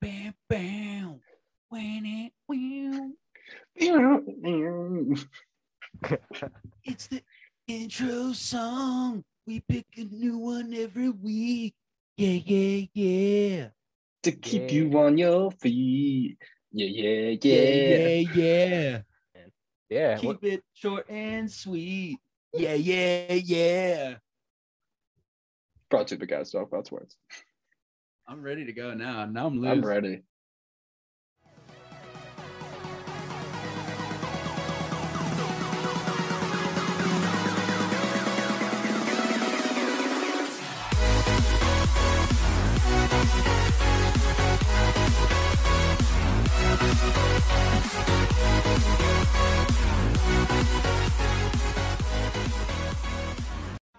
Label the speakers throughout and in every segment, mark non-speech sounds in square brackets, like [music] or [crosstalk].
Speaker 1: bam, bam. When it will.
Speaker 2: [laughs]
Speaker 1: It's the intro song. We pick a new one every week. Yeah, yeah, yeah.
Speaker 2: to keep
Speaker 3: Yeah.
Speaker 2: you on your feet. Yeah, yeah, yeah.
Speaker 1: yeah, yeah.
Speaker 3: Yeah. what-
Speaker 1: Keep it short and sweet. Yeah, yeah, yeah.
Speaker 2: Brought to the guys talk about words.
Speaker 1: I'm ready to go now. Now I'm loose.
Speaker 2: I'm ready.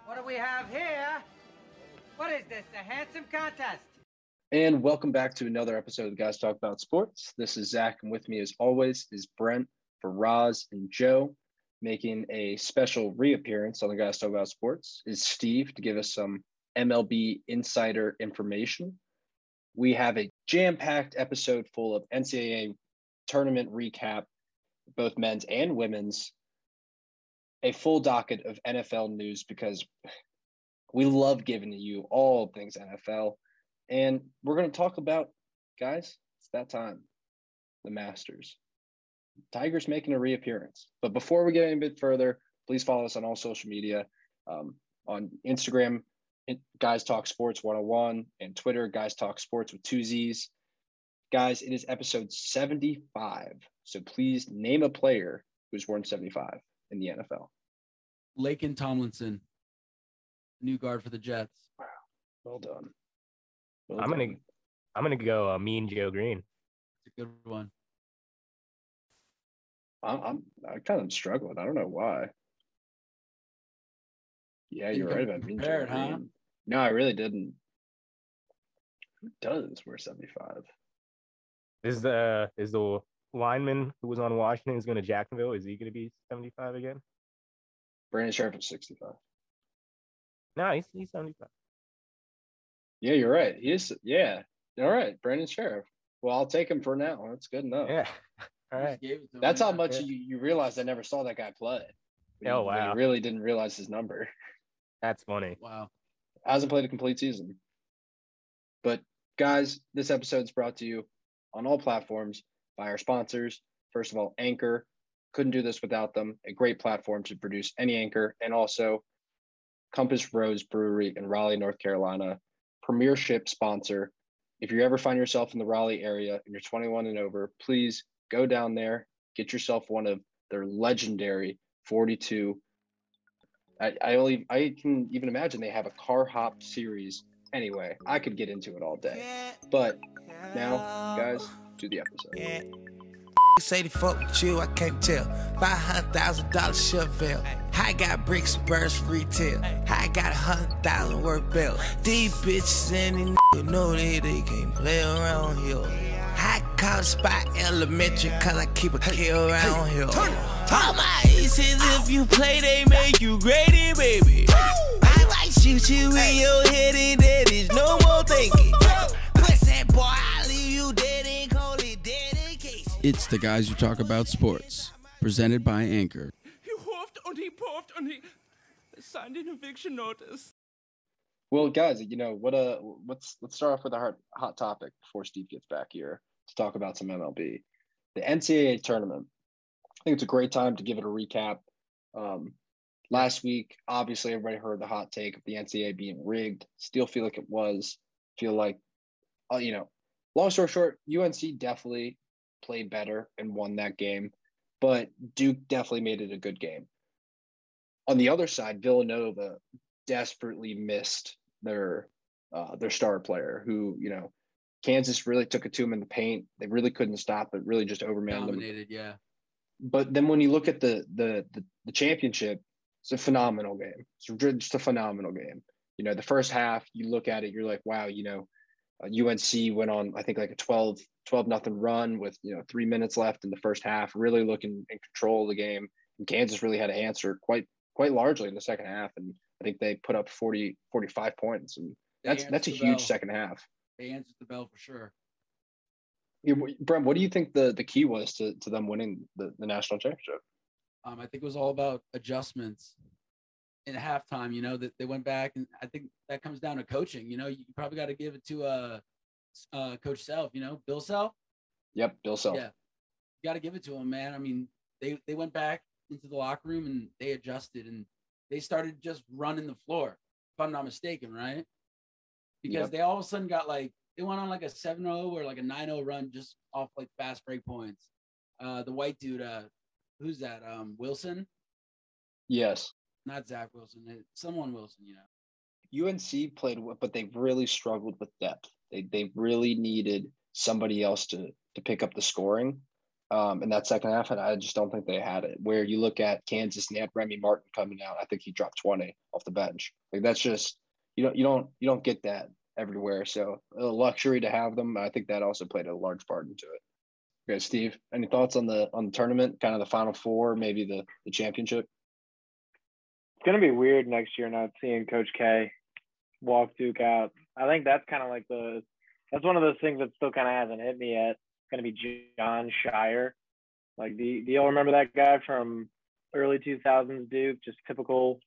Speaker 4: What do we have here? What is this? A handsome contest?
Speaker 2: And welcome back to another episode of the Guys Talk About Sports. This is Zach, and with me, as always, is Brent, Faraz, and Joe. Making a special reappearance on the Guys Talk About Sports is Steve to give us some MLB insider information. We have a jam packed episode full of NCAA tournament recap, both men's and women's, a full docket of NFL news because we love giving you all things NFL. And we're going to talk about, guys, it's that time the Masters. Tiger's making a reappearance. But before we get any bit further, please follow us on all social media um, on Instagram, it- Guys Talk Sports 101, and Twitter, Guys Talk Sports with two Z's. Guys, it is episode 75. So please name a player who's worn 75 in the NFL.
Speaker 1: Lake and Tomlinson, new guard for the Jets.
Speaker 2: Well done.
Speaker 3: I'm gonna-
Speaker 2: done.
Speaker 3: I'm gonna go uh, Mean Joe Green.
Speaker 1: It's a good one.
Speaker 2: I'm, I'm I kind of struggling. I don't know why. Yeah,
Speaker 1: Didn't
Speaker 2: you're
Speaker 1: come
Speaker 2: right about being
Speaker 1: prepared, huh?
Speaker 2: Green. No, I really didn't. Who does wear 75?
Speaker 3: Is the is the lineman who was on Washington is going to Jacksonville? Is he going to be 75 again?
Speaker 2: Brandon Sheriff is 65.
Speaker 3: No, he's, he's 75.
Speaker 2: Yeah, you're right. He is. Yeah. All right. Brandon Sheriff. Well, I'll take him for now. That's good enough.
Speaker 3: Yeah. Oh. [laughs] All
Speaker 1: Just
Speaker 3: right.
Speaker 1: gave it to him.
Speaker 2: That's how
Speaker 1: Yeah.
Speaker 2: much
Speaker 3: Yeah.
Speaker 2: you, you realize I never saw that guy play. When
Speaker 3: Oh,
Speaker 2: you- when you
Speaker 3: wow.
Speaker 2: really didn't realize his number.
Speaker 3: That's funny.
Speaker 1: Wow.
Speaker 2: hasn't played a complete season. But guys, this episode is brought to you on all platforms by our sponsors. First of all, Anchor. Couldn't do this without them. A great platform to produce any anchor, and also Compass Rose Brewery in Raleigh, North Carolina, premier ship sponsor. If you ever find yourself in the Raleigh area and you're 21 and over, please go down there, get yourself one of their legendary 42 I, I only I can even imagine they have a car hop series. Anyway, I could get into it all day. But now, guys, to the episode.
Speaker 5: Yeah. Say they fuck with you, I can't tell. Five hundred thousand dollar Chevelle. I got bricks and birds for retail. I got a hundred thousand worth bill. These bitches and these niggas know that they can't play around here. I call the spot elementary cause I keep a kill around here. All my aces, if you play, they make you greedy, baby. I might shoot you in your head and that is no more thinking. Pussy boy, I leave you dead and call it dedication.
Speaker 6: It's the guys who talk about sports, presented by Anchor.
Speaker 7: He huffed and he puffed and he signed an eviction notice.
Speaker 2: Well, guys, you know what? Uh, let's let's start off with a hot hot topic before Steve gets back here to talk about some MLB, the NCAA tournament. I think it's a great time to give it a recap. Um, last week, obviously, everybody heard the hot take of the NCAA being rigged. Still feel like it was. Feel like, uh, you know, long story short, UNC definitely played better and won that game, but Duke definitely made it a good game. On the other side, Villanova desperately missed their uh, their star player, who you know, Kansas really took it to him in the paint. They really couldn't stop it. Really just overmanned them
Speaker 1: Dominated, yeah.
Speaker 2: but then when you look at the the the, the championship, it's a phenomenal game. It's re- just a phenomenal game. You know, the first half, you look at it, you're like, wow, you know, uh, UNC went on, I think like a 12, 12 nothing run with, you know, three minutes left in the first half, really looking in control of the game. And Kansas really had to answer quite, quite largely in the second half. And I think they put up 40, 45 points. And
Speaker 1: They
Speaker 2: that's,
Speaker 1: answered
Speaker 2: that's a
Speaker 1: the
Speaker 2: huge
Speaker 1: bell.
Speaker 2: second half.
Speaker 1: They answered the bell for sure.
Speaker 2: Yeah, wh- Brent, what do you think the, the key was to, to them winning the, the national championship?
Speaker 1: Um, I think it was all about adjustments in halftime. You know that they went back, and I think that comes down to coaching. You know, you probably got to give it to uh, s- uh, Coach Self. You know, Bill Self.
Speaker 2: Yep, Bill Self.
Speaker 1: Yeah, you got to give it to him, man. I mean, they they went back into the locker room and they adjusted and they started just running the floor. If I'm not mistaken, right? Because
Speaker 2: Yep.
Speaker 1: they all of a sudden got like they went on like a 7-0 or like a 9-0 run just off like fast break points. Uh, the white dude, uh, who's that? Um, Wilson,
Speaker 2: Yes.
Speaker 1: not Zach Wilson. it- Someone Wilson, you know.
Speaker 2: UNC played, w- but they really struggled with depth. They they really needed somebody else to to pick up the scoring um, in that second half, and I just don't think they had it. Where you look at Kansas, and they had Remy Martin coming out. I think he dropped twenty off the bench. Like that's just you don't you don't you don't get that everywhere. So a luxury to have them. I think that also played a large part into it. Okay, Steve, any thoughts on the on the tournament? Kind of the Final Four, maybe the the championship.
Speaker 8: It's gonna be weird next year not seeing Coach K walk Duke out. I think that's kind of like the that's one of those things that still kind of hasn't hit me yet. It's gonna be John Shire. Like, do, do y'all remember that guy from early 2000s Duke? Just typical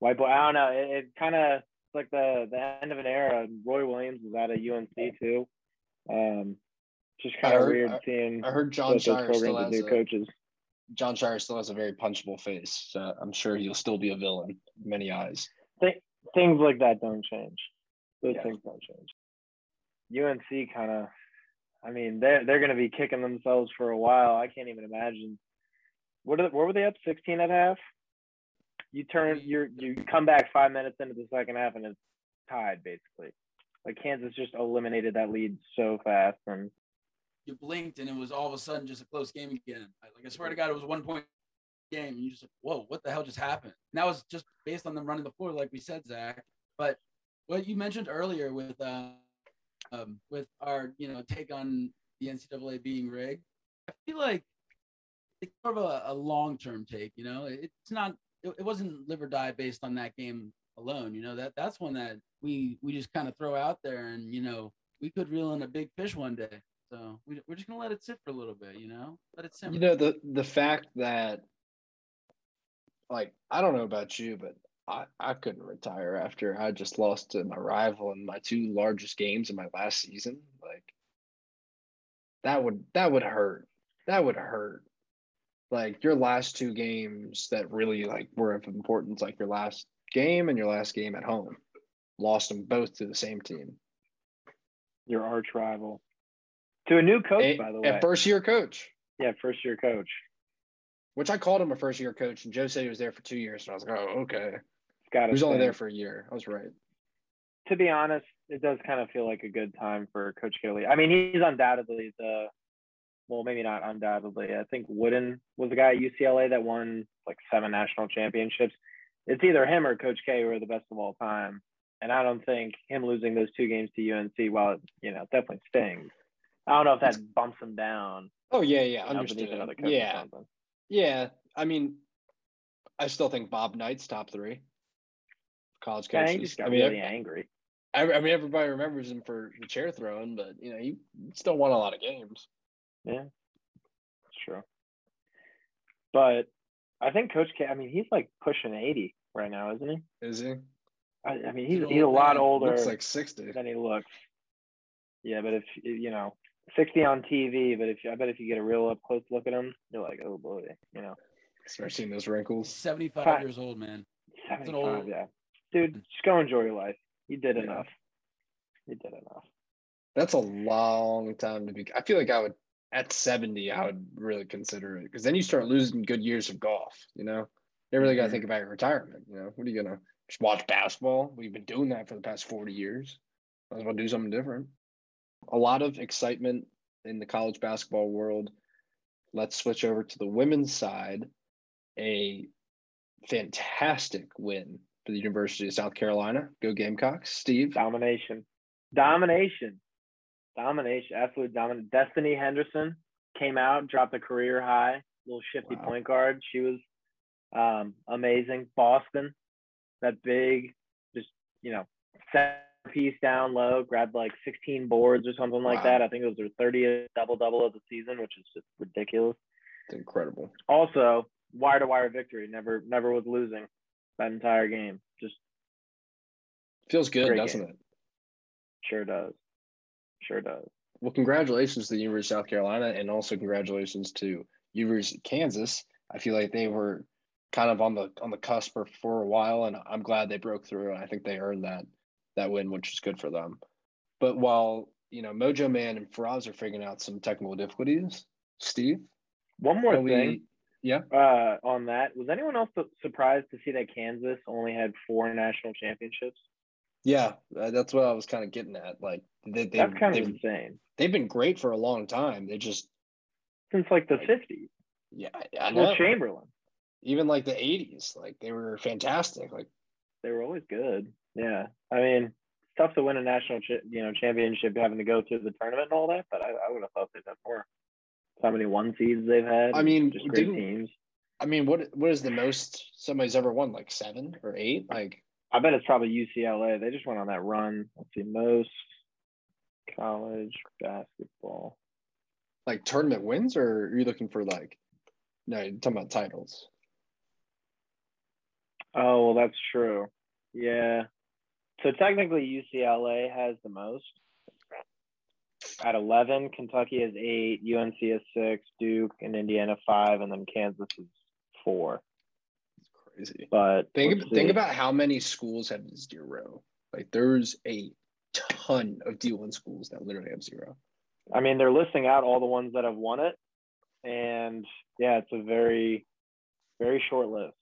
Speaker 8: white boy. I don't know. It, it kind of it's like the the end of an era. Roy Williams is out of UNC too. Um, just kind
Speaker 2: I
Speaker 8: of
Speaker 2: heard-
Speaker 8: weird seeing
Speaker 2: I heard John
Speaker 8: what those
Speaker 2: Shire still
Speaker 8: programs
Speaker 2: has
Speaker 8: with new
Speaker 2: a,
Speaker 8: coaches.
Speaker 2: John Shire still has a very punchable face. So I'm sure he'll still be a villain in many eyes.
Speaker 8: Th- things like that don't change. Those
Speaker 2: Yeah.
Speaker 8: things don't change. UNC kind of, I mean, they're they're going to be kicking themselves for a while. I can't even imagine. What are what were they up sixteen at half? You
Speaker 2: Mm.
Speaker 8: turn you you come back five minutes into the second half and it's tied basically. Like Kansas just eliminated that lead so fast and
Speaker 1: You blinked and it was all of a sudden just a close game again. I- Like I swear to God, it was one point game. And you just like, whoa, what the hell just happened? And that was just based on them running the floor, like we said, Zach. But what you mentioned earlier with uh, um, with our you know take on the NCAA being rigged, I feel like it's more of a, a long term take. You know, It- it's not it, it wasn't live or die based on that game alone. You know that that's one that we we just kind of throw out there, and you know we could reel in a big fish one day. So we, we're just gonna let it sit for a little bit. You know, let it simmer.
Speaker 2: You know, the the fact that like I don't know about you, but I, I couldn't retire after I just lost to my rival in my two largest games in my last season. Like that would that would hurt. That would hurt. Like your last two games that really like were of importance, like your last game and your last game at home. Lost them both to the same team.
Speaker 8: your arch rival to a new coach
Speaker 2: A-
Speaker 8: by the way.
Speaker 2: a first year coach.
Speaker 8: yeah, first year coach.
Speaker 2: which I called him a first year coach, and Joe said he was there for two years, and I was like, oh, okay.
Speaker 8: Got
Speaker 2: He was only there for a year. I was right.
Speaker 8: to be honest, it does kind of feel like a good time for Coach Kelly. I mean, he's undoubtedly the, well, maybe not undoubtedly. I think Wooden was the guy at UCLA that won like seven national championships. It's either him or Coach K who are the best of all time. And I don't think him losing those two games to UNC, while it, you know, definitely stings. I don't know if that bumps him down.
Speaker 2: Oh yeah, yeah,
Speaker 8: you know, beneath
Speaker 2: understood.
Speaker 8: another coach or
Speaker 2: Yeah,
Speaker 8: something.
Speaker 2: yeah. I mean, I still think Bob Knight's top three college
Speaker 8: Yeah,
Speaker 2: coaches.
Speaker 8: he just got
Speaker 2: I mean,
Speaker 8: really
Speaker 2: ev-
Speaker 8: angry.
Speaker 2: I, I mean, everybody remembers him for the chair throwing, but you know, he still won a lot of games.
Speaker 8: It's true. But I think Coach K, I mean, he's like pushing 80 right now, isn't he?
Speaker 2: Is he?
Speaker 8: I, I mean, he's,
Speaker 1: an
Speaker 8: he's a
Speaker 1: old
Speaker 8: lot
Speaker 1: man.
Speaker 8: older
Speaker 2: Looks like sixty.
Speaker 8: than he looks. Yeah, but if you know, sixty on TV, but if I bet if you get a real up close look at him, you're like, oh boy, you know,
Speaker 2: Start seeing those
Speaker 1: He's
Speaker 2: wrinkles.
Speaker 1: 75
Speaker 8: Fine.
Speaker 1: years old, man. an
Speaker 8: seventy-five.
Speaker 1: old-
Speaker 8: Yeah, dude, just go enjoy your life. You did
Speaker 2: Yeah.
Speaker 8: enough. You did enough.
Speaker 2: That's a long time to be. I feel like I would at seventy, I would really consider it because then you start losing good years of golf. You know, you really got to
Speaker 8: Mhm.
Speaker 2: think about your retirement. You know, what are you gonna just watch basketball? We've been doing that for the past forty years. Might as well do something different. A lot of excitement in the college basketball world. Let's switch over to the women's side. A fantastic win for the University of South Carolina. Go Gamecocks, Steve.
Speaker 8: Domination, domination, domination. Absolute dominant. Destiny Henderson came out, dropped a career high. Little shifty
Speaker 2: Wow.
Speaker 8: point guard. She was um, amazing. Boston, that big, just you know, piece down low, grabbed like 16 boards or something like
Speaker 2: Wow.
Speaker 8: that. I think it was their 30th double double of the season, which is just ridiculous.
Speaker 2: It's incredible.
Speaker 8: Also, wire to wire victory. Never never was losing that entire game. Just
Speaker 2: Feels good,
Speaker 8: Great
Speaker 2: doesn't it?
Speaker 8: sure does. Sure does.
Speaker 2: Well, congratulations to the University of South Carolina, and also congratulations to University of Kansas. I feel like they were kind of on the on the cusp for, for a while, and I'm glad they broke through, and I think they earned that that win, which is good for them. But while you know Mojo Man and Faraz are figuring out some technical difficulties, Steve,
Speaker 8: One more
Speaker 2: are we-
Speaker 8: thing
Speaker 2: yeah,
Speaker 8: uh, on that. Was anyone else su- surprised to see that Kansas only had four national championships?
Speaker 2: yeah, uh, that's what I was kind of getting at. Like they, they
Speaker 8: That's kind of
Speaker 2: they've,
Speaker 8: insane.
Speaker 2: they've been great for a long time. They just
Speaker 8: Since like the 50s.
Speaker 2: yeah, I, I know.
Speaker 8: Well, Chamberlain.
Speaker 2: even like the '80s, like they were fantastic. Like
Speaker 8: they were always good. Yeah, I mean, it's tough to win a national, ch- you know, championship having to go through the tournament and all that. But I, I would have thought they'd done more. How many one seeds they've had?
Speaker 2: I
Speaker 8: and
Speaker 2: mean,
Speaker 8: just great
Speaker 2: didn't-
Speaker 8: teams.
Speaker 2: I mean, what what is the most somebody's ever won? Like seven or eight? Like
Speaker 8: I bet it's probably UCLA. They just went on that run. Let's see, most college basketball.
Speaker 2: like tournament wins, or are you looking for like? No, you're talking about titles.
Speaker 8: Oh well, that's true. Yeah. So technically, UCLA has the most at eleven. Kentucky has eight. UNC has six. Duke and Indiana five, and then Kansas is four.
Speaker 2: It's crazy.
Speaker 8: But
Speaker 2: Think
Speaker 8: let's
Speaker 2: think
Speaker 8: see.
Speaker 2: about how many schools have zero. Like there's a ton of D1 schools that literally have zero.
Speaker 8: I mean, they're listing out all the ones that have won it, and yeah, it's a very, very short list.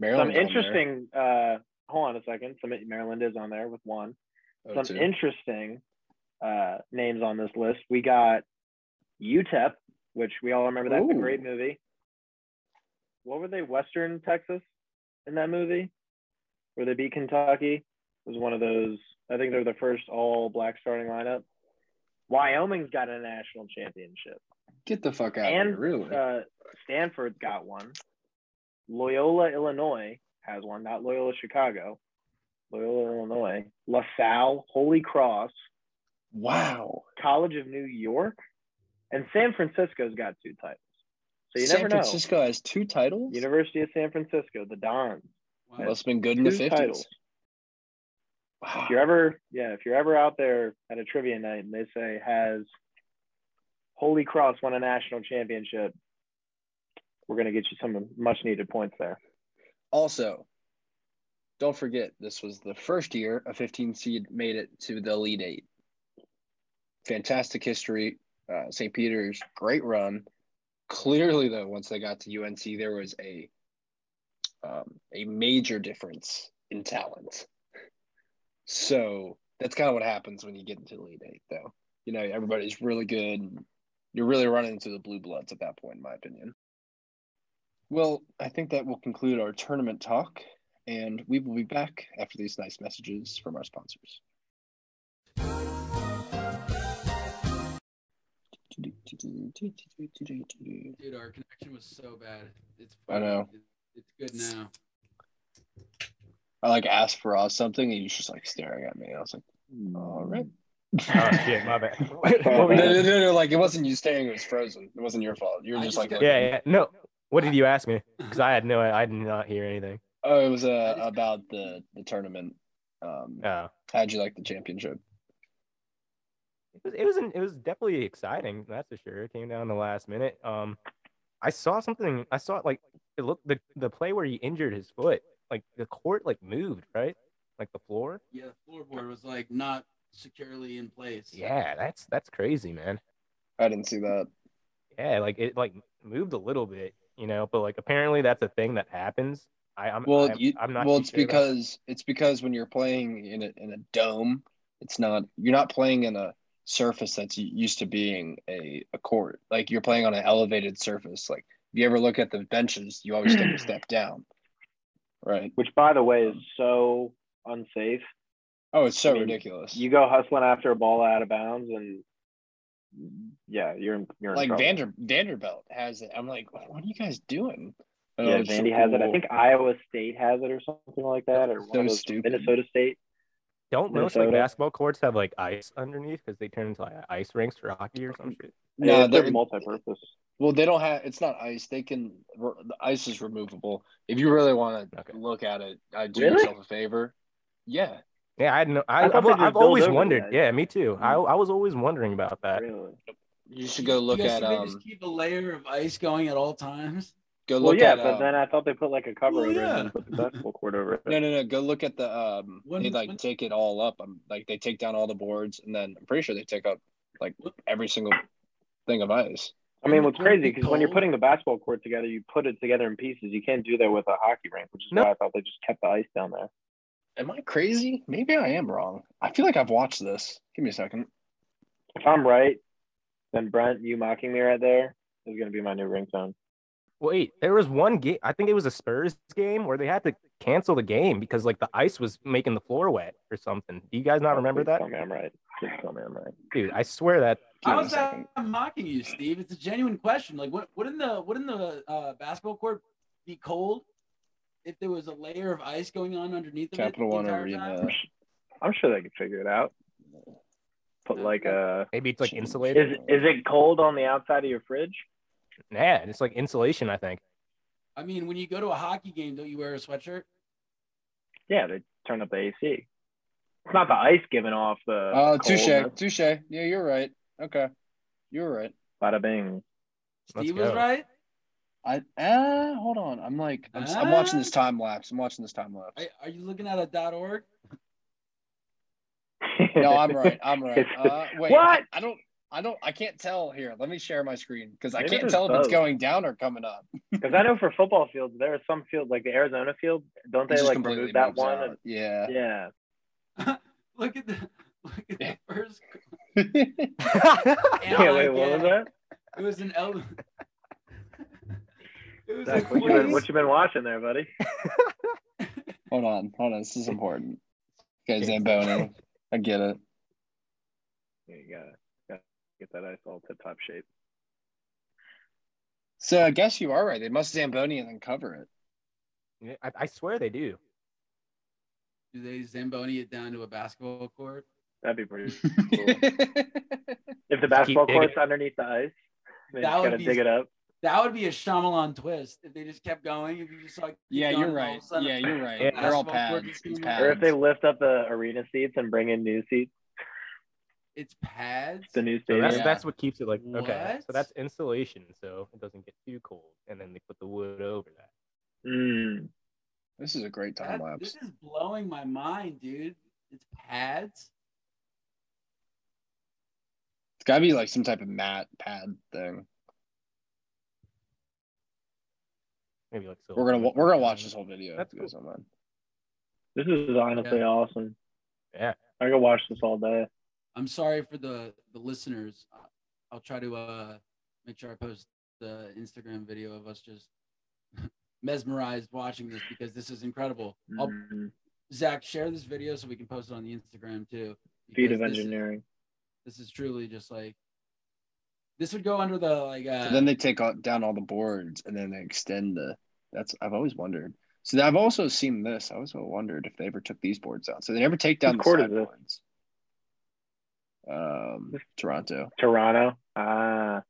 Speaker 8: Some
Speaker 2: Maryland.
Speaker 8: interesting. Uh, hold on a second. Some Maryland is on there with one.
Speaker 2: Oh,
Speaker 8: some interesting uh, names on this list. We got UTEP, which we all remember that's a
Speaker 2: Ooh.
Speaker 8: great movie. What were they? Western Texas in that movie, where they beat Kentucky. It was one of those. I think they're the first all-black starting lineup. Wyoming's got a national championship,
Speaker 2: Get the fuck out
Speaker 8: and
Speaker 2: of here, really.
Speaker 8: uh, Stanford's got one. Loyola, Illinois has one, not Loyola, Chicago. Loyola, Illinois. LaSalle, Holy Cross,
Speaker 2: wow.
Speaker 8: College of New York, and San Francisco's got two titles. So you
Speaker 2: San
Speaker 8: never
Speaker 2: Francisco has two titles.
Speaker 8: know. University of San Francisco, the Dons,
Speaker 1: Wow.
Speaker 2: Must have been good in
Speaker 8: two
Speaker 2: the 50s.
Speaker 8: titles.
Speaker 2: Wow.
Speaker 8: If you're ever, yeah, if you're ever out there at a trivia night and they say has Holy Cross won a national championship, we're gonna get you some much needed points there.
Speaker 2: Also, don't forget this was the first year a 15 seed made it to the Elite Eight. Fantastic history. Uh, St. Peter's great run. Clearly, though, once they got to UNC, there was a um, a major difference in talent. So that's kind of what happens when you get into the Elite Eight, though. You know, everybody's really good. and You're really running into the blue bloods at that point, in my opinion. Well, I think that will conclude our tournament talk, and we will be back after these nice messages from our sponsors.
Speaker 1: Dude, our connection was so bad. It's
Speaker 2: I know.
Speaker 1: It's good now.
Speaker 2: I like asked for Oz something, and he's just like staring at me. I was like, "All right."
Speaker 3: Oh
Speaker 2: [laughs]
Speaker 3: shit, my bad.
Speaker 2: no,
Speaker 3: [laughs] What were you-
Speaker 2: no, no, no, like it wasn't you staring; it was frozen. It wasn't your fault. You were
Speaker 1: I
Speaker 2: just
Speaker 1: just
Speaker 2: like,
Speaker 1: got-
Speaker 2: looking.
Speaker 3: [laughs] yeah, yeah. No. What did you ask me? Because I had no I did not hear anything.
Speaker 2: Oh, it was uh, about the the tournament. Um,
Speaker 3: Oh.
Speaker 2: How'd you like the championship?
Speaker 3: It was it was, an, it was definitely exciting, that's for sure. It came down the last minute. Um I saw something I saw like it looked the the play where he injured his foot. Like the court like moved, right? Like the floor?
Speaker 1: Yeah, the floorboard was like not securely in place.
Speaker 3: Yeah, that's that's crazy, man.
Speaker 2: I didn't see that.
Speaker 3: Yeah, like it like moved a little bit, you know, but like apparently that's a thing that happens. I, I'm
Speaker 2: Well,
Speaker 3: I'm,
Speaker 2: you,
Speaker 3: I'm not
Speaker 2: well,
Speaker 3: too
Speaker 2: it's
Speaker 3: sure about-
Speaker 2: because it's because when you're playing in a, in a dome, it's not you're not playing in a surface that's u- used to being a, a court. Like you're playing on an elevated surface. Like if you ever look at the benches, you always
Speaker 8: [clears throat]
Speaker 2: take a step down, right?
Speaker 8: Which, by the way, is
Speaker 2: Um,
Speaker 8: so unsafe.
Speaker 2: Oh, it's so
Speaker 8: I mean,
Speaker 2: ridiculous.
Speaker 8: You go hustling after a ball out of bounds, and yeah, you're in, you're in
Speaker 2: like
Speaker 8: trouble.
Speaker 2: Vander Vanderbilt has it. I'm like, what are you guys doing? Oh,
Speaker 8: yeah,
Speaker 2: it's so
Speaker 8: Vandy has it. I
Speaker 2: cool.
Speaker 8: think Iowa State has it or something like that, or one
Speaker 2: So
Speaker 8: of those
Speaker 2: stupid.
Speaker 8: Minnesota State.
Speaker 3: Don't most like
Speaker 8: Minnesota.
Speaker 3: basketball courts have like ice underneath because they turn into like ice rinks for hockey or some shit?
Speaker 2: No,
Speaker 8: they're,
Speaker 2: they're-
Speaker 8: multi-purpose.
Speaker 2: Well, they don't have. It's not ice. They can. The ice is removable. If you really want to
Speaker 3: Okay.
Speaker 2: look at it, I do
Speaker 8: Really?
Speaker 2: yourself a favor. Yeah,
Speaker 3: Yeah, I had no. I,
Speaker 8: I
Speaker 3: I
Speaker 8: thought
Speaker 3: have
Speaker 8: they just build
Speaker 3: always
Speaker 8: over the
Speaker 3: wondered.
Speaker 8: ice.
Speaker 3: Yeah, me too. I, I was always wondering about that.
Speaker 8: Really?
Speaker 2: you should go look
Speaker 1: you guys
Speaker 2: at.
Speaker 1: think they
Speaker 2: Um,
Speaker 1: just keep a layer of ice going at all times.
Speaker 2: go look
Speaker 8: Well, yeah,
Speaker 2: at.
Speaker 8: but
Speaker 2: um,
Speaker 8: then I thought they put like a cover
Speaker 1: Well,
Speaker 8: over it
Speaker 1: yeah.
Speaker 8: and then put the basketball court
Speaker 2: [laughs]
Speaker 8: over it.
Speaker 2: no, no, no. Go look at the. Um,
Speaker 1: When-
Speaker 2: they like
Speaker 1: when-
Speaker 2: take it all up. Um, like they take down all the boards, and then I'm pretty sure they take up like every single thing of ice.
Speaker 8: I mean, what's crazy because when you're putting the basketball court together, you put it together in pieces. You can't do that with a hockey rink, which is
Speaker 3: No.
Speaker 8: why I thought they just kept the ice down there.
Speaker 2: Am I crazy? Maybe I am wrong. I feel like I've watched this. Give me a second.
Speaker 8: If I'm right, then Brent, you mocking me right there is going to be my new ringtone.
Speaker 3: Wait, there was one game. I think it was a Spurs game where they had to cancel the game because like the ice was making the floor wet or something. Do you guys not remember
Speaker 8: Please
Speaker 3: that?
Speaker 8: Tell me I'm right. Please tell me I'm right.
Speaker 3: Dude, I swear that.
Speaker 2: [laughs]
Speaker 1: I
Speaker 2: Give me a
Speaker 1: was not
Speaker 2: second.
Speaker 1: mocking you, Steve. It's a genuine question. Like, what wouldn't the wouldn't the uh, basketball court be cold if there was a layer of ice going on underneath of
Speaker 2: Capital
Speaker 1: it? the
Speaker 2: One
Speaker 1: entire time?
Speaker 2: Arena. Uh,
Speaker 8: I'm sure they could figure it out. Put like a
Speaker 3: Maybe it's like
Speaker 2: Jeez.
Speaker 3: insulated.
Speaker 8: is is it cold on the outside of your fridge?
Speaker 3: Yeah, it's like insulation.
Speaker 1: [laughs]
Speaker 3: I think.
Speaker 1: I mean, when you go to a hockey game, don't you wear a sweatshirt?
Speaker 8: Yeah, they turn up the AC. It's not the ice giving off the.
Speaker 2: Oh, touche,
Speaker 8: coldness.
Speaker 2: touche. Yeah, you're right. Okay, you're right.
Speaker 8: Bada bing.
Speaker 3: Let's
Speaker 1: Steve was
Speaker 3: go.
Speaker 1: right.
Speaker 2: I uh hold on. I'm like I'm, s am watching this time lapse. I'm watching this time lapse.
Speaker 1: Are, are you looking at a dot .org? [laughs]
Speaker 2: No, I'm
Speaker 8: [laughs]
Speaker 2: right. I'm right.
Speaker 1: [laughs]
Speaker 2: Uh, wait.
Speaker 8: What?
Speaker 2: I don't. I don't. I can't tell here. Let me share my screen because I
Speaker 8: Maybe
Speaker 2: can't
Speaker 8: there's
Speaker 2: tell if it's
Speaker 8: both.
Speaker 2: going down or coming up.
Speaker 8: Because I know for football fields, there are some fields like the Arizona field. Don't
Speaker 2: It
Speaker 8: they
Speaker 2: just
Speaker 8: like
Speaker 2: completely
Speaker 8: remove that
Speaker 2: moves
Speaker 8: one?
Speaker 2: out. Yeah.
Speaker 8: [laughs] And- yeah.
Speaker 1: Look at the look at
Speaker 2: [laughs]
Speaker 1: the first.
Speaker 8: Yeah. [laughs] Wait, what was that?
Speaker 1: It was an L. [laughs] it was
Speaker 8: Zach,
Speaker 1: like
Speaker 8: what you been what you been watching there, buddy?
Speaker 2: hold on. Hold on. This is important. Okay,
Speaker 3: Okay.
Speaker 2: Zamboni. I get it.
Speaker 8: Yeah, You gotta, gotta get that ice all tip top shape.
Speaker 2: So I guess you are right. They must Zamboni and then cover it.
Speaker 3: Yeah, I, I swear they do.
Speaker 1: Do they Zamboni it down to a basketball court?
Speaker 8: That'd
Speaker 1: [laughs]
Speaker 8: be pretty
Speaker 2: [laughs]
Speaker 8: cool. if the basketball
Speaker 3: digging.
Speaker 8: court's underneath the ice, they
Speaker 1: That
Speaker 8: just
Speaker 1: would
Speaker 8: gotta
Speaker 1: be-
Speaker 8: dig it up.
Speaker 1: That would be a Shyamalan twist if they just kept going. If you just like keep
Speaker 2: yeah,
Speaker 1: going and
Speaker 2: you're
Speaker 1: all of a
Speaker 2: right.
Speaker 1: sudden-
Speaker 2: Yeah, you're right.
Speaker 3: Yeah.
Speaker 2: They're all
Speaker 1: Basketball court
Speaker 2: pads.
Speaker 1: is
Speaker 2: It's
Speaker 1: too much.
Speaker 2: pads.
Speaker 8: Or if they lift up the arena seats and bring in new seats,
Speaker 1: It's pads.
Speaker 8: the new
Speaker 3: So
Speaker 8: stadium.
Speaker 3: that's
Speaker 2: Yeah.
Speaker 3: that's what keeps it like okay. So
Speaker 1: What?
Speaker 3: that's insulation, so it doesn't get too cold, and then they put the wood over that.
Speaker 8: Mm.
Speaker 2: This is a great time
Speaker 1: That-
Speaker 2: lapse.
Speaker 1: this is blowing my mind, dude. It's pads.
Speaker 2: It's gotta be like some type of mat pad thing.
Speaker 3: Maybe like so.
Speaker 2: We're gonna wa- we're gonna watch this whole video.
Speaker 3: That's
Speaker 2: if it goes online.
Speaker 8: This is honestly awesome.
Speaker 3: Yeah.
Speaker 8: I could watch this all day.
Speaker 1: I'm sorry for the the listeners. I'll try to uh make sure I post the Instagram video of us just [laughs] mesmerized watching this because this is incredible. I'll,
Speaker 8: Mm.
Speaker 1: Zach, share this video so we can post it on the Instagram too.
Speaker 8: Feat
Speaker 1: because
Speaker 8: of
Speaker 1: this is-
Speaker 8: engineering.
Speaker 1: This is, truly just like this would go under the like. Uh,
Speaker 8: Uh-huh.
Speaker 2: So then they take all, down all the boards and then they extend the. That's I've always wondered. So I've also seen this. I also wondered if they ever took these boards out. So they never take down
Speaker 8: Whose
Speaker 2: the
Speaker 8: court
Speaker 2: side
Speaker 8: is this?
Speaker 2: boards. Um, Toronto.
Speaker 8: Toronto. Ah.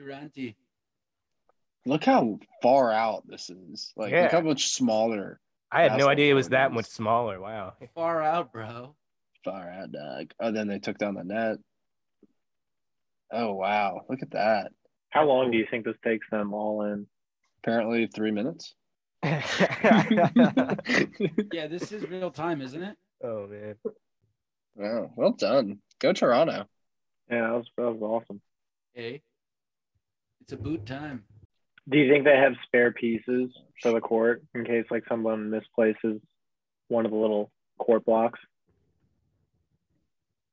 Speaker 1: Durante.
Speaker 2: Look how far out this is. Like look
Speaker 3: Yeah.
Speaker 2: how much smaller.
Speaker 3: I had no
Speaker 2: Basketball
Speaker 3: idea it was
Speaker 2: court
Speaker 3: that
Speaker 2: is-
Speaker 3: much
Speaker 2: [laughs]
Speaker 3: smaller. Wow. [laughs]
Speaker 1: far out, bro.
Speaker 2: Far out, dog. Oh, then they took down the net. Oh wow! Look at that.
Speaker 8: How long do you think this takes them all in?
Speaker 2: Apparently three minutes.
Speaker 3: oh
Speaker 1: Yeah, this is real time, isn't it?
Speaker 3: man.
Speaker 2: Wow, well done. Go Toronto.
Speaker 8: Yeah, that was, that was awesome.
Speaker 1: Hey, it's a boot time.
Speaker 8: Do you think they have spare pieces for the court in case like someone misplaces one of the little court blocks?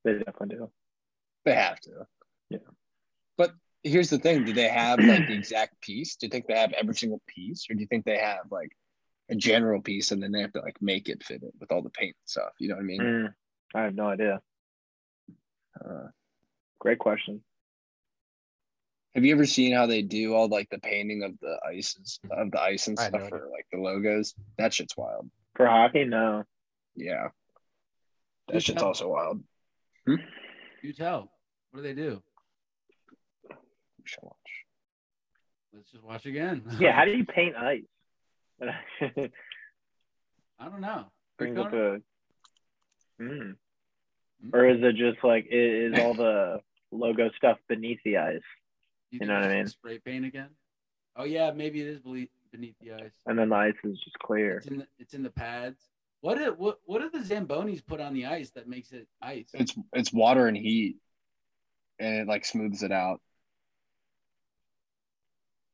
Speaker 8: They definitely do.
Speaker 2: They have to.
Speaker 8: Yeah.
Speaker 2: But here's the thing: Do they have like the exact piece? Do you think they have every single piece, or do you think they have like a general piece and then they have to like make it fit it with all the paint and stuff? You know what I mean?
Speaker 8: Mm, I have no idea.
Speaker 2: Uh,
Speaker 8: Great question.
Speaker 2: have you ever seen how they do all like the painting of the ices of the ice and
Speaker 3: I had
Speaker 2: stuff
Speaker 3: no
Speaker 2: for like the logos? That shit's wild.
Speaker 8: For hockey, no.
Speaker 2: Yeah. That shit's also wild.
Speaker 1: You tell. What do they do?
Speaker 2: We should watch.
Speaker 1: Let's just watch again. [laughs]
Speaker 8: Yeah, how do you paint ice? [laughs]
Speaker 1: I don't know.
Speaker 8: Brings
Speaker 1: Rick
Speaker 8: up
Speaker 1: Conner?
Speaker 8: a- Mm. Or is it just like i- is all the logo stuff beneath the ice,
Speaker 1: You
Speaker 8: you
Speaker 1: think
Speaker 8: know what I
Speaker 1: it's
Speaker 8: mean?
Speaker 1: Spray paint again. Oh yeah, maybe it is bele- beneath the ice.
Speaker 8: and then the ice is just clear?
Speaker 1: It's in the it's in the pads. What do, what what do the zambonis put on the ice that makes it ice?
Speaker 2: It's it's water and heat, and it like smooths it out.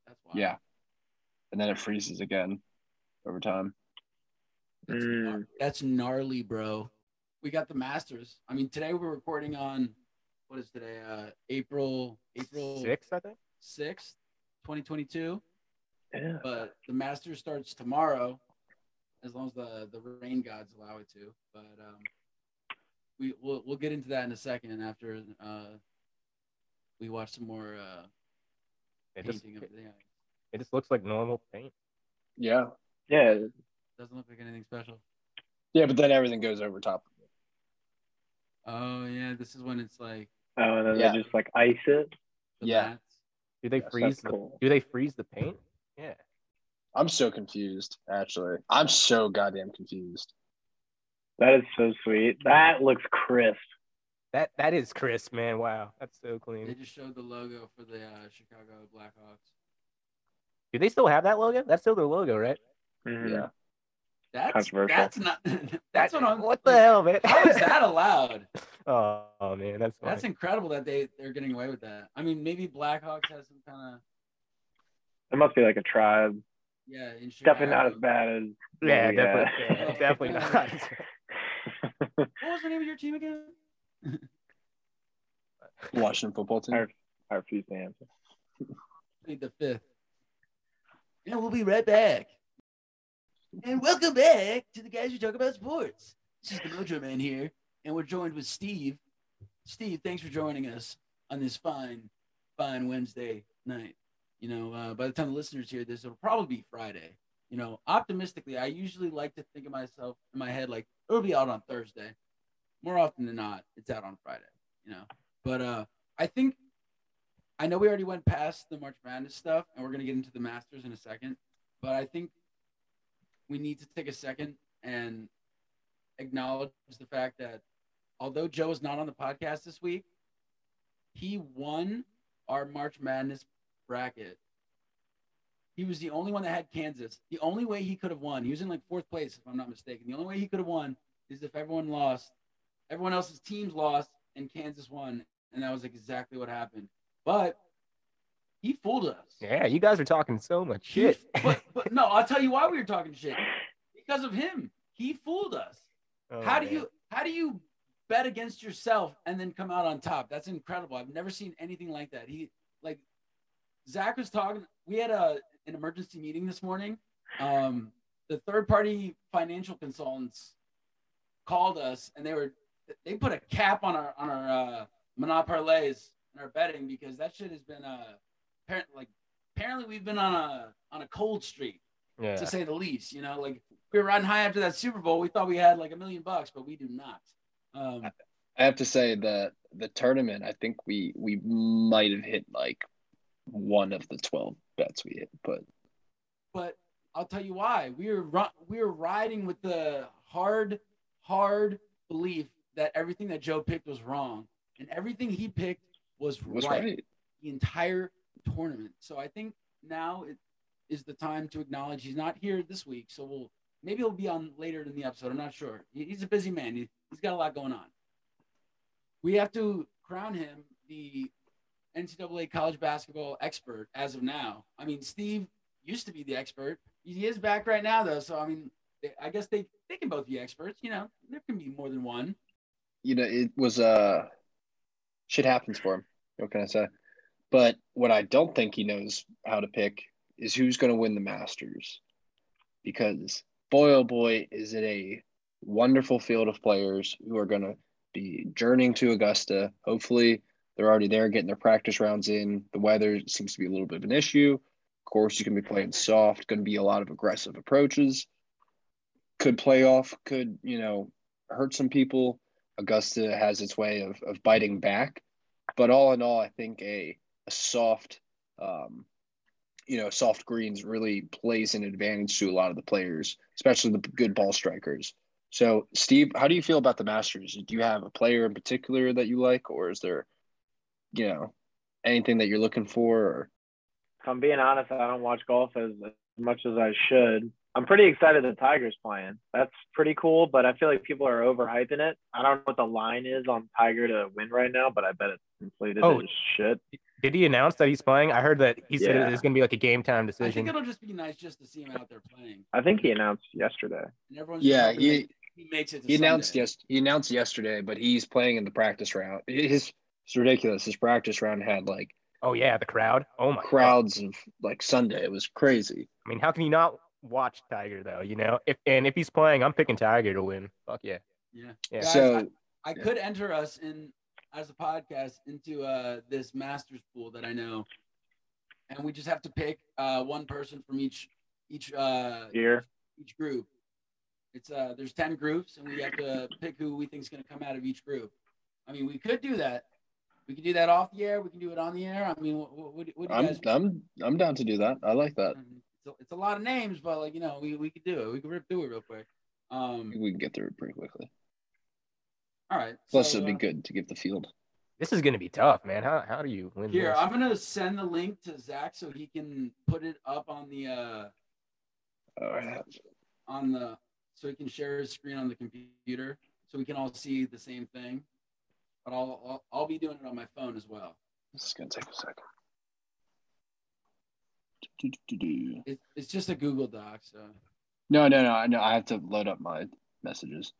Speaker 1: That's wild.
Speaker 2: Yeah, and then it freezes again over time.
Speaker 1: That's,
Speaker 8: Mm.
Speaker 1: gnar- that's gnarly, bro. We got the Masters. I mean, today we're recording on what is today? Uh, April April
Speaker 3: Six, I think.
Speaker 1: sixth, twenty twenty two.
Speaker 8: Yeah.
Speaker 1: But the Masters starts tomorrow, as long as the the rain gods allow it to. But um, we we'll we'll get into that in a second after uh, we watch some more uh,
Speaker 3: It just,
Speaker 1: painting of
Speaker 3: it,
Speaker 1: the. Yeah, it
Speaker 3: it just looks like normal paint.
Speaker 2: Yeah,
Speaker 8: Yeah,
Speaker 1: doesn't look like anything special.
Speaker 2: yeah, but then everything goes over top.
Speaker 1: Oh yeah, this is when it's like
Speaker 8: Oh, and then
Speaker 2: Yeah.
Speaker 8: they just like ice it.
Speaker 1: the
Speaker 2: Yeah.
Speaker 1: mats.
Speaker 3: Do they
Speaker 2: Yes,
Speaker 3: freeze
Speaker 8: That's
Speaker 3: the?
Speaker 8: cool.
Speaker 3: Do they freeze the paint? Yeah.
Speaker 2: I'm so confused. Actually, I'm so goddamn confused.
Speaker 8: That is so sweet. That looks crisp.
Speaker 3: That that is crisp, man. Wow, that's so
Speaker 1: They
Speaker 3: clean.
Speaker 1: just showed the logo for the uh, Chicago Blackhawks.
Speaker 3: Do they still have that logo? That's still their logo, right? Mm-hmm.
Speaker 8: Mhm.
Speaker 2: Yeah,
Speaker 1: That's
Speaker 8: Controversial.
Speaker 1: That's not. [laughs] that's what I'm.
Speaker 3: What the hell, man?
Speaker 1: How is that allowed?
Speaker 8: [laughs]
Speaker 3: oh, [laughs] oh, man, that's funny.
Speaker 1: That's incredible that they they're getting away with that. I mean, maybe Blackhawks has some kind of
Speaker 8: It must be like a tribe.
Speaker 1: yeah. In Chicago.
Speaker 8: Definitely not as bad as. uh,
Speaker 3: yeah,
Speaker 8: yeah.
Speaker 3: definitely, yeah, [laughs] definitely not.
Speaker 1: [laughs] What was the name of your team again?
Speaker 2: Washington football team.
Speaker 8: [laughs] Our- I refuse to answer.
Speaker 1: Plead the fifth. And we'll be right back. And welcome back to the guys who talk about sports. This is the Mojo Man here, and we're joined with Steve. Steve, thanks for joining us on this fine, fine Wednesday night. You know, uh, by the time the listeners hear this, it'll probably be Friday. You know, optimistically, I usually like to think of myself in my head like it'll be out on Thursday. More often than not, it's out on Friday. You know, but uh, I think I know we already went past the March Madness stuff, and we're gonna get into the Masters in a second. But I think we need to take a second and acknowledge the fact that although Joe is not on the podcast this week, he won our March Madness bracket. He was the only one that had Kansas. The only way he could have won, he was in like fourth place, if I'm not mistaken. The only way he could have won is if everyone lost, everyone else's teams lost, and Kansas won. And that was exactly what happened. But he fooled us.
Speaker 3: Yeah, you guys are talking so much
Speaker 1: He-
Speaker 3: shit.
Speaker 1: [laughs] but, but no, I'll tell you why we were talking shit. Because of him. He fooled us.
Speaker 3: [laughs] Oh,
Speaker 1: how do
Speaker 3: man.
Speaker 1: you how do you bet against yourself and then come out on top? That's incredible. I've never seen anything like that. He like Zach was talking. We had a an emergency meeting this morning. Um, the third party financial consultants called us and they were they put a cap on our on our uh, monoparlays and our betting because that shit has been uh apparent like apparently we've been on a on a cold streak
Speaker 3: Yeah.
Speaker 1: to say the least. You know, like we were riding high after that Super Bowl. We thought we had like a million bucks, but we do not. Um,
Speaker 2: I have to say the the tournament. I think we we might have hit like one of the twelve bets we hit, but
Speaker 1: but I'll tell you why. We were ru- we were riding with the hard, hard belief that everything that Joe picked was wrong, and everything he picked was,
Speaker 2: was
Speaker 1: right.
Speaker 2: right.
Speaker 1: the entire tournament. So I think now it is the time to acknowledge he's not here this week. So we'll maybe he'll be on later in the episode. I'm not sure. He- He's a busy man. He, he's got a lot going on. We have to crown him the NCAA college basketball expert as of now. I mean, Steve used to be the expert. He is back right now though. So I mean, they, I guess they they can both be experts. You know, there can be more than one.
Speaker 2: You know, it was uh shit happens for him. What can I say? But what I don't think he knows how to pick is who's going to win the Masters, because boy oh boy is it a wonderful field of players who are going to be journeying to Augusta. Hopefully, they're already there getting their practice rounds in. The weather seems to be a little bit of an issue. Of course, you can be playing soft, going to be a lot of aggressive approaches. Could play off, could, you know, hurt some people. Augusta has its way of, of biting back. But all in all, I think a, a soft, um, you know, soft greens really plays an advantage to a lot of the players, especially the good ball strikers. So, Steve, how do you feel about the Masters? Do you have a player in particular that you like, or is there, you know, anything that you're looking for? Or...
Speaker 8: If I'm being honest, I don't watch golf as, as much as I should. I'm pretty excited the Tiger's playing. That's pretty cool, but I feel like people are overhyping it. I don't know what the line is on Tiger to win right now, but I bet it's inflated
Speaker 3: Oh.
Speaker 8: as shit.
Speaker 3: Did he announce that he's playing? I heard that he said
Speaker 8: Yeah.
Speaker 3: it's going to be like a game time
Speaker 1: I think
Speaker 3: decision.
Speaker 1: it'll just be nice just to see him out there playing.
Speaker 8: I think he announced yesterday.
Speaker 1: And everyone's just
Speaker 2: Yeah,
Speaker 1: hoping
Speaker 2: he-
Speaker 1: that he makes it. To
Speaker 2: He announced
Speaker 1: Sunday.
Speaker 2: yes, he announced yesterday, but he's playing in the practice round. His it's ridiculous. His practice round had like
Speaker 3: Oh yeah, the crowd. Oh my crowd.
Speaker 2: crowds of like Sunday. It was crazy.
Speaker 3: I mean, how can you not watch Tiger though? You know, if and if he's playing, I'm picking Tiger to win. Fuck yeah.
Speaker 1: Yeah.
Speaker 3: Yeah.
Speaker 1: Guys,
Speaker 2: so
Speaker 1: I
Speaker 2: Yeah.
Speaker 1: could enter us in as a podcast into uh, this master's pool that I know, and we just have to pick uh, one person from each each uh,
Speaker 8: Here,
Speaker 1: each group. It's uh, there's ten groups, and we have to pick who we think is going to come out of each group. I mean, we could do that. We can do that off the air. We can do it on the air. I mean, what, what, what do you
Speaker 2: I'm
Speaker 1: guys?
Speaker 2: I'm I'm down to do that. I like that.
Speaker 1: It's a, it's a lot of names, but like you know, we, we could do it. We could rip through it real quick. Um,
Speaker 2: We can get through it pretty quickly.
Speaker 1: all right.
Speaker 2: Plus,
Speaker 1: so,
Speaker 2: it'd be
Speaker 1: uh,
Speaker 2: good to give the field.
Speaker 3: This is gonna be tough, man. How how do you win
Speaker 1: Here,
Speaker 3: this?
Speaker 1: I'm gonna send the link to Zach so he can put it up on the uh
Speaker 2: Uh,
Speaker 1: on the so he can share his screen on the computer so we can all see the same thing. But I'll I'll, I'll be doing it on my phone as well.
Speaker 2: this is gonna take a second. Do-do-do-do.
Speaker 1: It, it's just a Google Doc, so
Speaker 2: No, no, no. I know. I have to load up my messages.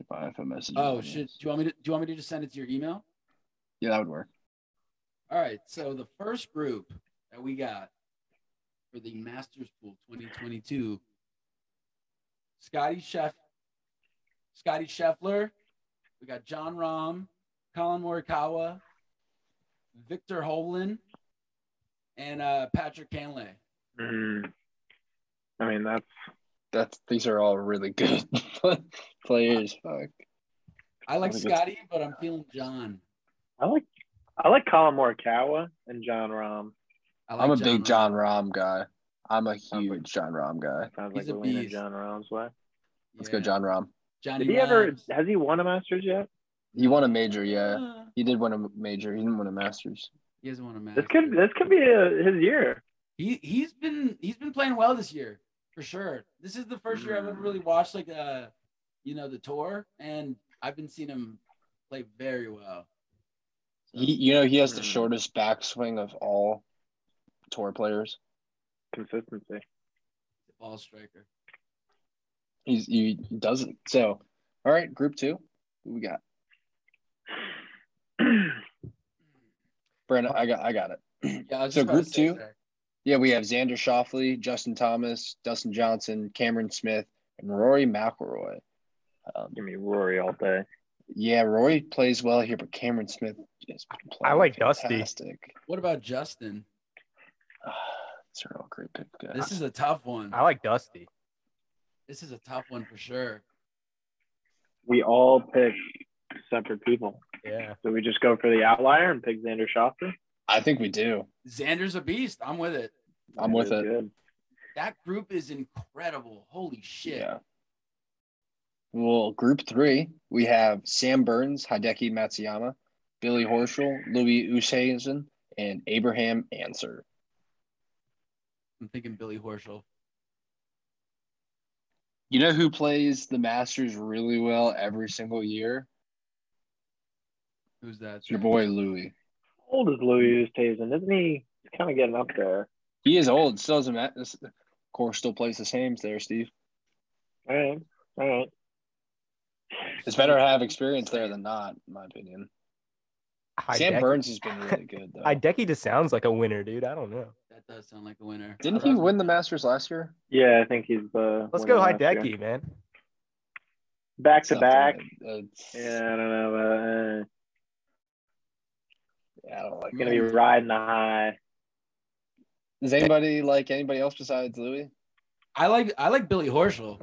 Speaker 2: If I have a message.
Speaker 1: oh shit. Do you want me to do you want me to just send it to your email?
Speaker 2: Yeah, that would work.
Speaker 1: All right, so the first group that we got for the Masters Pool 2022, Scotty Chef, Scotty Scheffler, we got John Rahm, Colin Morikawa, Victor Hovland, and uh, Patrick Canlay.
Speaker 3: Mm-hmm.
Speaker 8: Mm. I mean that's
Speaker 2: That's these are all really good [laughs] players. Fuck.
Speaker 1: I like
Speaker 2: think it's-
Speaker 1: Scotty, but I'm feeling John.
Speaker 8: I like I like Colin Morikawa and John Rahm.
Speaker 1: I like
Speaker 2: I'm a big
Speaker 1: Rahm.
Speaker 2: John Rahm guy. I'm a huge John Rahm guy.
Speaker 8: Sounds
Speaker 1: He's
Speaker 8: like
Speaker 1: a
Speaker 8: we're leaning
Speaker 1: beast.
Speaker 8: John Rahm's way.
Speaker 2: Let's
Speaker 1: Yeah.
Speaker 2: go, John Rahm.
Speaker 1: Johnny.
Speaker 8: Did he ever
Speaker 1: Rimes.
Speaker 8: has he won a Masters yet?
Speaker 2: He won a major, yeah.
Speaker 1: Uh,
Speaker 2: He did win a major. He didn't win a Masters.
Speaker 1: He doesn't want to match.
Speaker 8: This could this could be uh his year.
Speaker 1: he he's been he's been playing well this year for sure. This is the first year I've ever
Speaker 2: Mm.
Speaker 1: really watched like uh you know the tour, and I've been seeing him play very well.
Speaker 2: He, you know, he has the
Speaker 8: Hmm.
Speaker 2: shortest backswing of all tour players.
Speaker 8: Consistency.
Speaker 1: The ball striker.
Speaker 2: He's he doesn't. So, all right, group two. Who we [clears throat] got? Brandon, I got I got it.
Speaker 1: Yeah. I was
Speaker 2: So
Speaker 1: just about to
Speaker 2: group
Speaker 1: say
Speaker 2: two?
Speaker 1: that.
Speaker 2: Yeah, we have Xander Shoffley, Justin Thomas, Dustin Johnson, Cameron Smith, and Rory McIlroy. Um,
Speaker 8: Give me Rory all day.
Speaker 2: yeah, Rory plays well here, but Cameron Smith is playing
Speaker 3: I like Dusty.
Speaker 2: fantastic. [sighs]
Speaker 1: What about Justin?
Speaker 2: Ah, It's a real great pick, guys.
Speaker 1: This is a tough one.
Speaker 3: I like Dusty.
Speaker 1: This is a tough one for sure.
Speaker 8: We all pick separate people.
Speaker 3: Yeah.
Speaker 8: So we just go for the outlier and pick Xander Shoffley.
Speaker 2: I think we do.
Speaker 1: Xander's a beast. I'm with it.
Speaker 2: I'm with it.
Speaker 8: Good.
Speaker 1: That group is incredible. Holy shit.
Speaker 2: Yeah. Well, group three, we have Sam Burns, Hideki Matsuyama, Billy Horschel, Louis Oosthuizen, and Abraham Answer.
Speaker 1: I'm thinking Billy Horschel.
Speaker 2: You know who plays the Masters really well every single year?
Speaker 1: Who's that?
Speaker 2: It's your boy Louis.
Speaker 8: How old is Louis Oosthuizen? Isn't he kind of getting up there?
Speaker 2: He is old, still doesn't matter. This- Of course, still plays the same there, Steve.
Speaker 8: All right. All right.
Speaker 2: It's better to have experience there than not, in my opinion. Sam
Speaker 3: Hideki-
Speaker 2: Burns has been really good, though.
Speaker 3: Hideki just sounds like a winner, dude. I don't know.
Speaker 1: That does sound like a winner.
Speaker 2: Didn't he win the Masters last year?
Speaker 8: Yeah, I think he's uh, the.
Speaker 3: Let's
Speaker 8: winner
Speaker 3: go
Speaker 8: last year.
Speaker 3: Hideki, man.
Speaker 8: Back to back.
Speaker 2: Uh,
Speaker 8: Yeah, I don't know.
Speaker 2: I don't like
Speaker 8: But, uh, gonna be riding the high.
Speaker 2: Does anybody like anybody else besides Louis?
Speaker 1: I like I like Billy Horschel.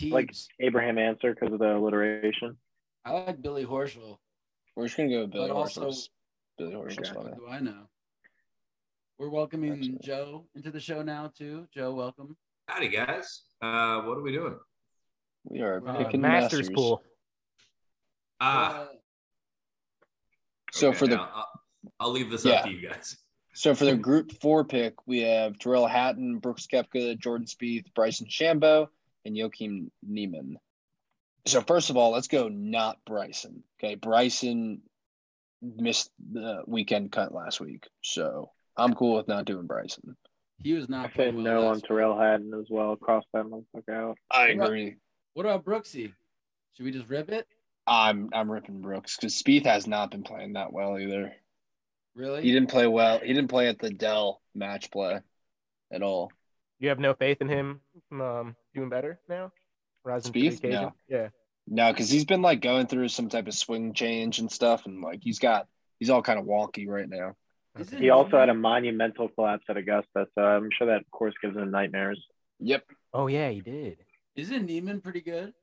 Speaker 1: Teebs.
Speaker 8: Like- Abraham answer because of the alliteration.
Speaker 1: I like Billy Horschel.
Speaker 2: We're just gonna go with Billy
Speaker 1: But also-
Speaker 2: Horschel's. Billy Horschel's
Speaker 8: Okay.
Speaker 1: What
Speaker 2: funny.
Speaker 1: do I know? We're welcoming
Speaker 2: Absolutely.
Speaker 1: Joe into the show now too. Joe, welcome.
Speaker 9: Howdy, guys. Uh, what are we doing?
Speaker 2: We are
Speaker 1: Uh,
Speaker 2: picking the
Speaker 3: Masters,
Speaker 2: masters
Speaker 3: pool.
Speaker 9: Ah,
Speaker 1: Uh,
Speaker 2: So for the
Speaker 9: I'll, I'll- uh, I'll leave this
Speaker 2: Yeah.
Speaker 9: up to you guys.
Speaker 2: so for the group four pick, we have Darrell Hatton, Brooks Koepka, Jordan Spieth, Bryson Shambo, and Joachim Neiman. So first of all, let's go not Bryson. Okay, Bryson missed the weekend cut last week, so I'm cool with not doing Bryson.
Speaker 1: he was
Speaker 8: I
Speaker 1: not
Speaker 8: said
Speaker 1: playing well.
Speaker 8: no on
Speaker 1: last week.
Speaker 8: Terrell Haddon as well. Cross that motherfucker out.
Speaker 2: I
Speaker 1: Yeah.
Speaker 2: agree.
Speaker 1: What about Brooksy? Should we just rip it?
Speaker 2: I'm I'm ripping Brooks because Spieth has not been playing that well either.
Speaker 1: Really?
Speaker 2: He didn't play well. He didn't play at the Dell match play at all.
Speaker 3: You have no faith in him um, doing better now? Rising to the
Speaker 2: Spieth?
Speaker 3: occasion?
Speaker 2: No.
Speaker 3: Yeah.
Speaker 2: No, because he's been like going through some type of swing change and stuff, and like he's got he's all kind of wonky right now.
Speaker 1: Is
Speaker 8: He also had a monumental collapse at Augusta, so I'm sure that course gives him nightmares.
Speaker 2: Yep.
Speaker 3: Oh yeah, he did.
Speaker 1: Isn't Neiman pretty good?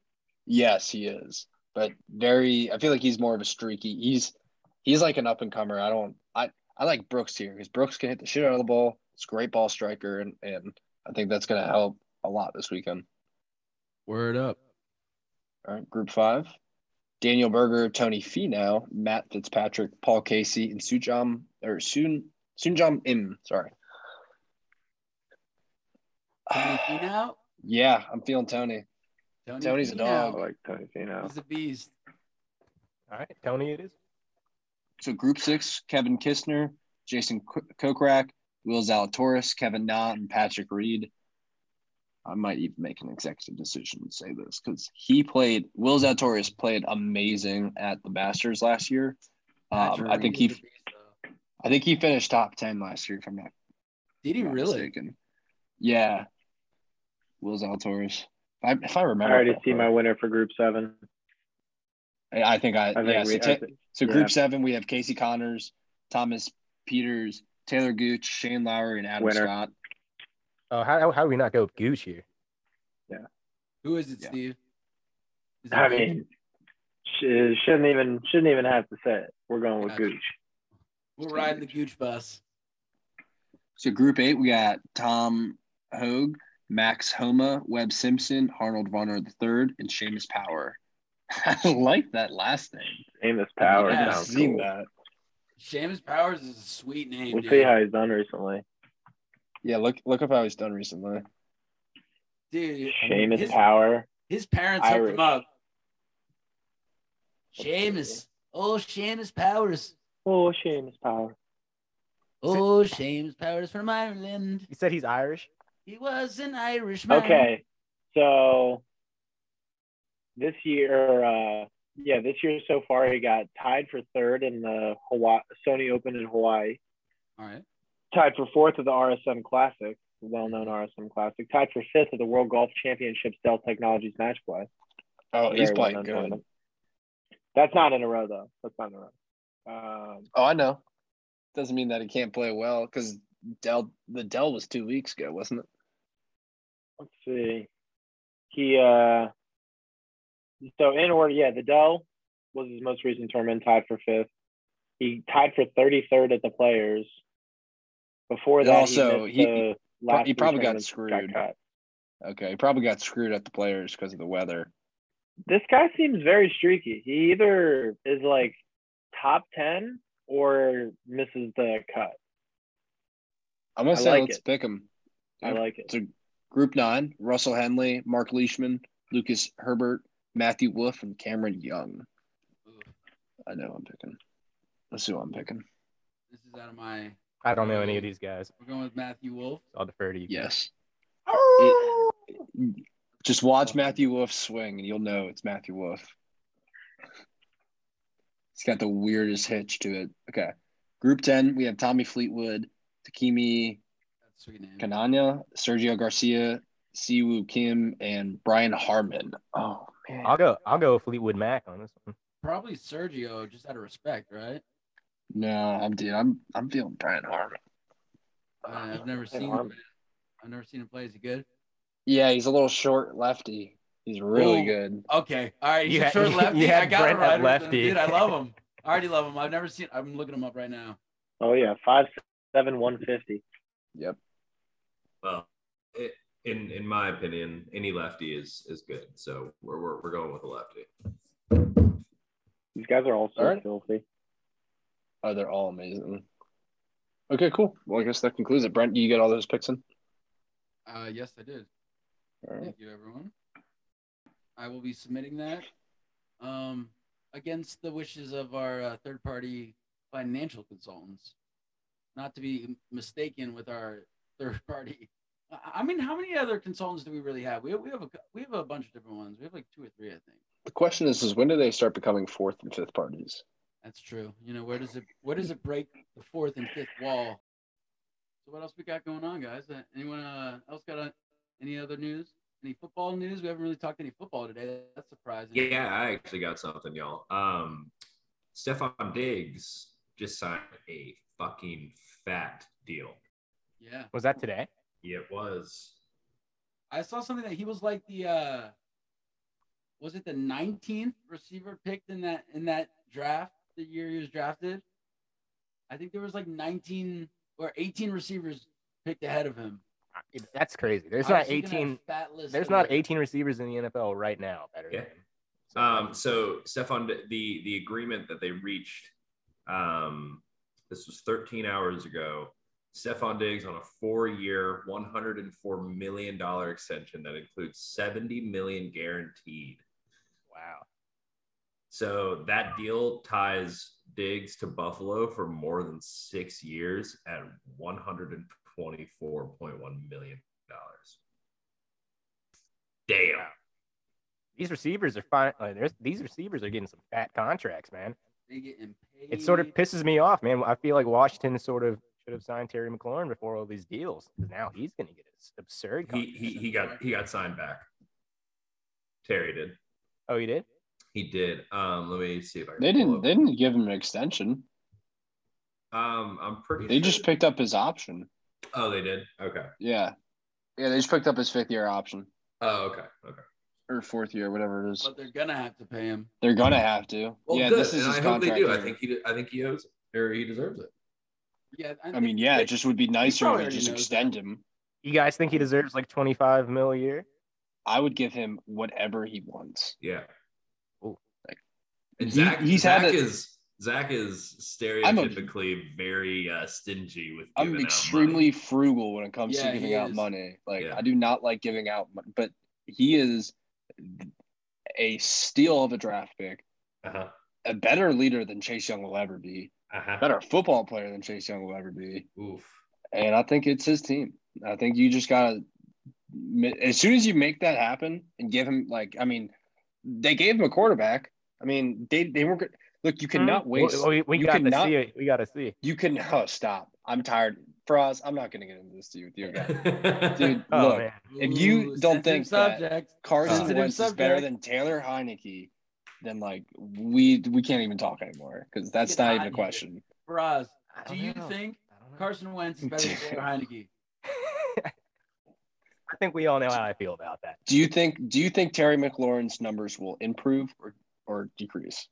Speaker 2: Yes, he is. But very, I feel like he's more of a streaky. He's he's like an up and comer. I don't. I I like Brooks here because Brooks can hit the shit out of the ball. It's a great ball striker, and and I think that's gonna help a lot this weekend.
Speaker 6: Word up.
Speaker 2: All right, group five. Daniel Berger, Tony Finau, Matt Fitzpatrick, Paul Casey, and Sujam or Soon Sunjam Im. Sorry. [sighs]
Speaker 1: Tony Finau.
Speaker 2: yeah, I'm feeling Tony.
Speaker 1: Tony
Speaker 2: Tony's a
Speaker 8: I
Speaker 1: Finau.
Speaker 2: dog.
Speaker 8: like Tony Fino.
Speaker 1: He's a beast.
Speaker 3: All right, Tony, it is.
Speaker 2: So group six, Kevin Kistner, Jason K- Kokrak, Will Zalatoris, Kevin Na, and Patrick Reed. I might even make an executive decision and say this because he played Will Zalatoris played amazing at the Masters last year. Um,
Speaker 1: Patrick
Speaker 2: I think
Speaker 1: Reed
Speaker 2: he
Speaker 1: is a beast, though.
Speaker 2: I think he finished top ten last year if I'm not
Speaker 1: Did he
Speaker 2: not
Speaker 1: really?
Speaker 2: mistaken. Yeah. Will Zalatoris. I, if I
Speaker 8: I
Speaker 2: remember,
Speaker 8: already see my winner for Group Seven.
Speaker 2: I I think I.
Speaker 8: I think
Speaker 2: yeah, so,
Speaker 8: we,
Speaker 2: ta-
Speaker 8: I think-
Speaker 2: so group
Speaker 8: yeah.
Speaker 2: seven we have Casey Connors, Thomas Peters, Taylor Gooch, Shane Lowry, and Adam
Speaker 8: Winner.
Speaker 2: Scott.
Speaker 3: Oh, how how do we not go with Gooch here?
Speaker 1: Who is it,
Speaker 2: Yeah.
Speaker 1: Steve? Is it
Speaker 8: I
Speaker 1: Reed?
Speaker 8: mean, sh- shouldn't even shouldn't even have to say it. We're going with
Speaker 1: Gotcha.
Speaker 8: Gooch.
Speaker 1: we're riding the Gooch bus.
Speaker 2: So group eight we got Tom Hogue, Max Homa, Webb Simpson, Arnold Varner III, and Seamus Power. [laughs] I like that last name.
Speaker 8: Amos Power
Speaker 1: Yeah,
Speaker 8: sounds
Speaker 2: seen
Speaker 8: cool.
Speaker 2: that.
Speaker 1: Seamus Powers is a sweet name.
Speaker 8: We'll
Speaker 1: dude.
Speaker 8: see how he's done recently.
Speaker 2: Yeah, look look up how he's done recently.
Speaker 1: Dude,
Speaker 8: Seamus
Speaker 1: his,
Speaker 8: Power.
Speaker 1: His parents hooked
Speaker 8: Irish.
Speaker 1: him up. Seamus. Oh, Seamus Powers.
Speaker 8: Oh, Seamus Power.
Speaker 1: Oh, Seamus Powers from Ireland.
Speaker 3: You said he's Irish.
Speaker 1: He was an Irishman.
Speaker 8: Okay, so this year, uh, yeah, this year so far, he got tied for third in the Hawaii, Sony Open in Hawaii,
Speaker 1: All right.
Speaker 8: tied for fourth at the RSM Classic, well-known RSM Classic, tied for fifth at the World Golf Championships Dell Technologies Match Play.
Speaker 2: Oh, he's
Speaker 8: Very
Speaker 2: playing
Speaker 8: well-known
Speaker 2: good.
Speaker 8: tournament. That's not in a row though. That's not in a row. Um,
Speaker 2: Oh, I know. Doesn't mean that he can't play well because Dell the Dell was two weeks ago, wasn't it?
Speaker 8: let's see. He uh so in order, yeah, the Dell was his most recent tournament, tied for fifth. He tied for thirty third at the players. Before
Speaker 2: And
Speaker 8: that,
Speaker 2: also,
Speaker 8: he, missed
Speaker 2: he-
Speaker 8: the last
Speaker 2: he
Speaker 8: three
Speaker 2: probably got
Speaker 8: tournaments,
Speaker 2: screwed.
Speaker 8: cut.
Speaker 2: Okay, he probably got screwed at the players because of the weather.
Speaker 8: This guy seems very streaky. He either is like top ten or misses the cut.
Speaker 2: I'm gonna
Speaker 8: I
Speaker 2: say
Speaker 8: like
Speaker 2: let's
Speaker 8: it.
Speaker 2: pick him.
Speaker 8: I
Speaker 2: Yep.
Speaker 8: like it.
Speaker 2: So group nine: Russell Henley, Mark Leishman, Lucas Herbert, Matthew Wolf, and Cameron Young. I know I'm picking. Let's see what I'm picking.
Speaker 1: This is out of my.
Speaker 3: I don't know any of these guys.
Speaker 1: We're going with Matthew Wolf.
Speaker 3: So I'll defer to you.
Speaker 2: Yes. It- just watch Matthew Wolf swing, and you'll know it's Matthew Wolf. It's got the weirdest hitch to it. Okay. Group 10, we have Tommy Fleetwood, Takimi
Speaker 1: That's a sweet name.
Speaker 2: Kananya, Sergio Garcia, Siwoo Kim, and Brian Harmon. Oh, man.
Speaker 3: I'll go. I'll go Fleetwood Mac on this one.
Speaker 1: Probably Sergio, just out of respect, right?
Speaker 2: No, I'm dude. I'm I'm feeling Brian Harmon.
Speaker 3: Ah,
Speaker 1: I, I've never seen him.
Speaker 8: Harmon.
Speaker 1: I've never seen him play. Is he good?
Speaker 2: Yeah, he's a little short lefty. He's really
Speaker 1: Ooh.
Speaker 2: good.
Speaker 1: Okay. All right. He's
Speaker 3: You
Speaker 1: a
Speaker 3: had-
Speaker 1: short
Speaker 3: [laughs] you
Speaker 1: lefty.
Speaker 3: had
Speaker 1: I got
Speaker 3: Brent
Speaker 1: it
Speaker 3: at
Speaker 1: right.
Speaker 3: lefty.
Speaker 1: Dude, I
Speaker 3: [laughs]
Speaker 1: love him. I already love him. I've never seen I'm looking him up right now.
Speaker 8: Oh yeah, five seven one fifty.
Speaker 2: Yep.
Speaker 9: Well, it, in in my opinion, any lefty is is good. So we're we're, we're going with a lefty.
Speaker 8: These guys are all so
Speaker 2: All right.
Speaker 8: filthy.
Speaker 2: Oh, they're all amazing. Okay, cool. Well, I guess that concludes it. Brent, you get all those picks in?
Speaker 1: Uh, yes, I did.
Speaker 2: All right.
Speaker 1: Thank you, everyone. I will be submitting that um, against the wishes of our uh, third party financial consultants, not to be mistaken with our third party. I- I mean, how many other consultants do we really have? We, we have a we have a bunch of different ones. We have like two or three, I think.
Speaker 2: The question is, is when do they start becoming fourth and fifth parties?
Speaker 1: That's true. You know, where does it where does it break the fourth and fifth wall? So what else we got going on, guys? Uh, Anyone uh, else got uh, any other news? Any football news? We haven't really talked any football today. That's surprising.
Speaker 9: Yeah, I actually got something, y'all. Um, Stefan Diggs just signed a fucking fat deal.
Speaker 1: Yeah.
Speaker 3: Was that today?
Speaker 9: It was.
Speaker 1: I saw something that he was like the uh was it the 19th receiver picked in that in that draft the year he was drafted? I think there was like 19 or 18 receivers picked ahead of him.
Speaker 3: That's crazy. There's
Speaker 1: I
Speaker 3: not
Speaker 1: was looking at a
Speaker 3: 18.
Speaker 1: fat list
Speaker 3: There's
Speaker 1: of,
Speaker 3: not
Speaker 1: like,
Speaker 3: 18 receivers in the NFL right now. Better.
Speaker 9: Yeah.
Speaker 3: than- so-
Speaker 9: Um, so Stefan, the the agreement that they reached, um, this was 13 hours ago. Stefan Diggs on a four-year, 104 million dollar extension that includes 70 million guaranteed.
Speaker 3: wow.
Speaker 9: So that deal ties Diggs to Buffalo for more than six years at 124.1 million dollars. Damn.
Speaker 3: These receivers are fine. Like, there's, these receivers are getting some fat contracts, man.
Speaker 1: They getting paid.
Speaker 3: It sort of pisses me off, man. I feel like Washington sort of should have signed Terry McLaurin before all these deals because now he's going to get his absurd.
Speaker 9: he,
Speaker 3: contract.
Speaker 9: he he got he got signed back. Terry did.
Speaker 3: oh, he did.
Speaker 9: He did. Um, let me see if I can
Speaker 2: They
Speaker 9: pull
Speaker 2: didn't.
Speaker 9: up.
Speaker 2: They didn't give him an extension.
Speaker 9: Um, I'm pretty.
Speaker 2: They
Speaker 9: sure-
Speaker 2: just picked up his option.
Speaker 9: Oh, they did. Okay.
Speaker 2: Yeah, yeah. They just picked up his fifth year option
Speaker 9: Oh, okay. Okay.
Speaker 2: or fourth year, whatever it is.
Speaker 1: but they're gonna have to pay him.
Speaker 2: They're gonna have to.
Speaker 9: Well,
Speaker 2: yeah,
Speaker 9: good.
Speaker 2: this is his
Speaker 9: and I hope
Speaker 2: contract.
Speaker 9: they do. I
Speaker 2: year.
Speaker 9: think he. I think he owes it, or he deserves it.
Speaker 1: Yeah,
Speaker 2: I mean, yeah, it just would be nicer if
Speaker 1: probably
Speaker 2: you just
Speaker 1: already knows
Speaker 2: extend him.
Speaker 3: You guys think he deserves like 25 mil a year?
Speaker 2: I would give him whatever he wants.
Speaker 9: Yeah.
Speaker 3: Ooh.
Speaker 2: He-
Speaker 9: And Zach,
Speaker 2: he's had
Speaker 9: Zach
Speaker 2: a-
Speaker 9: is Zach is stereotypically very uh, stingy with.
Speaker 2: I'm
Speaker 9: giving out money.
Speaker 2: extremely frugal when it comes
Speaker 1: Yeah,
Speaker 2: to giving
Speaker 1: he
Speaker 2: out
Speaker 1: is.
Speaker 2: money. Like
Speaker 9: Yeah.
Speaker 2: I do not like giving out, mon- but he is a steal of a draft pick,
Speaker 9: Uh-huh.
Speaker 2: a better leader than Chase Young will ever be,
Speaker 9: Uh-huh.
Speaker 2: better football player than Chase Young will ever be,
Speaker 9: Oof. [laughs]
Speaker 2: and I think it's his team. I think you just gotta as soon as you make that happen and give him like I mean, they gave him a quarterback. I mean, they they weren't. gonna- Look, you cannot
Speaker 3: Hmm?
Speaker 2: waste.
Speaker 3: We, we, we
Speaker 2: you
Speaker 3: got to
Speaker 2: cannot-
Speaker 3: see it. We got to see.
Speaker 2: You can [laughs] oh, stop. I'm tired. Froz, I'm not gonna get into this dude with you again. [laughs] Dude,
Speaker 3: [laughs] Oh
Speaker 2: look,
Speaker 3: man.
Speaker 2: if you don't think that-
Speaker 1: subject,
Speaker 2: Carson
Speaker 1: Sensitive
Speaker 2: Wentz is
Speaker 1: subject.
Speaker 2: better than Taylor Heineke, then like we we can't even talk anymore because that's
Speaker 1: Get
Speaker 2: not
Speaker 1: out
Speaker 2: even a
Speaker 1: of here.
Speaker 2: question.
Speaker 1: for us,
Speaker 3: I
Speaker 1: do
Speaker 3: don't
Speaker 1: you
Speaker 3: know.
Speaker 1: think
Speaker 3: I don't know.
Speaker 1: Carson Wentz is better than
Speaker 2: [laughs]
Speaker 1: Taylor Heineke?
Speaker 3: I think we all know how I feel about that.
Speaker 2: Do you think do you think Terry McLaurin's numbers will improve or or decrease?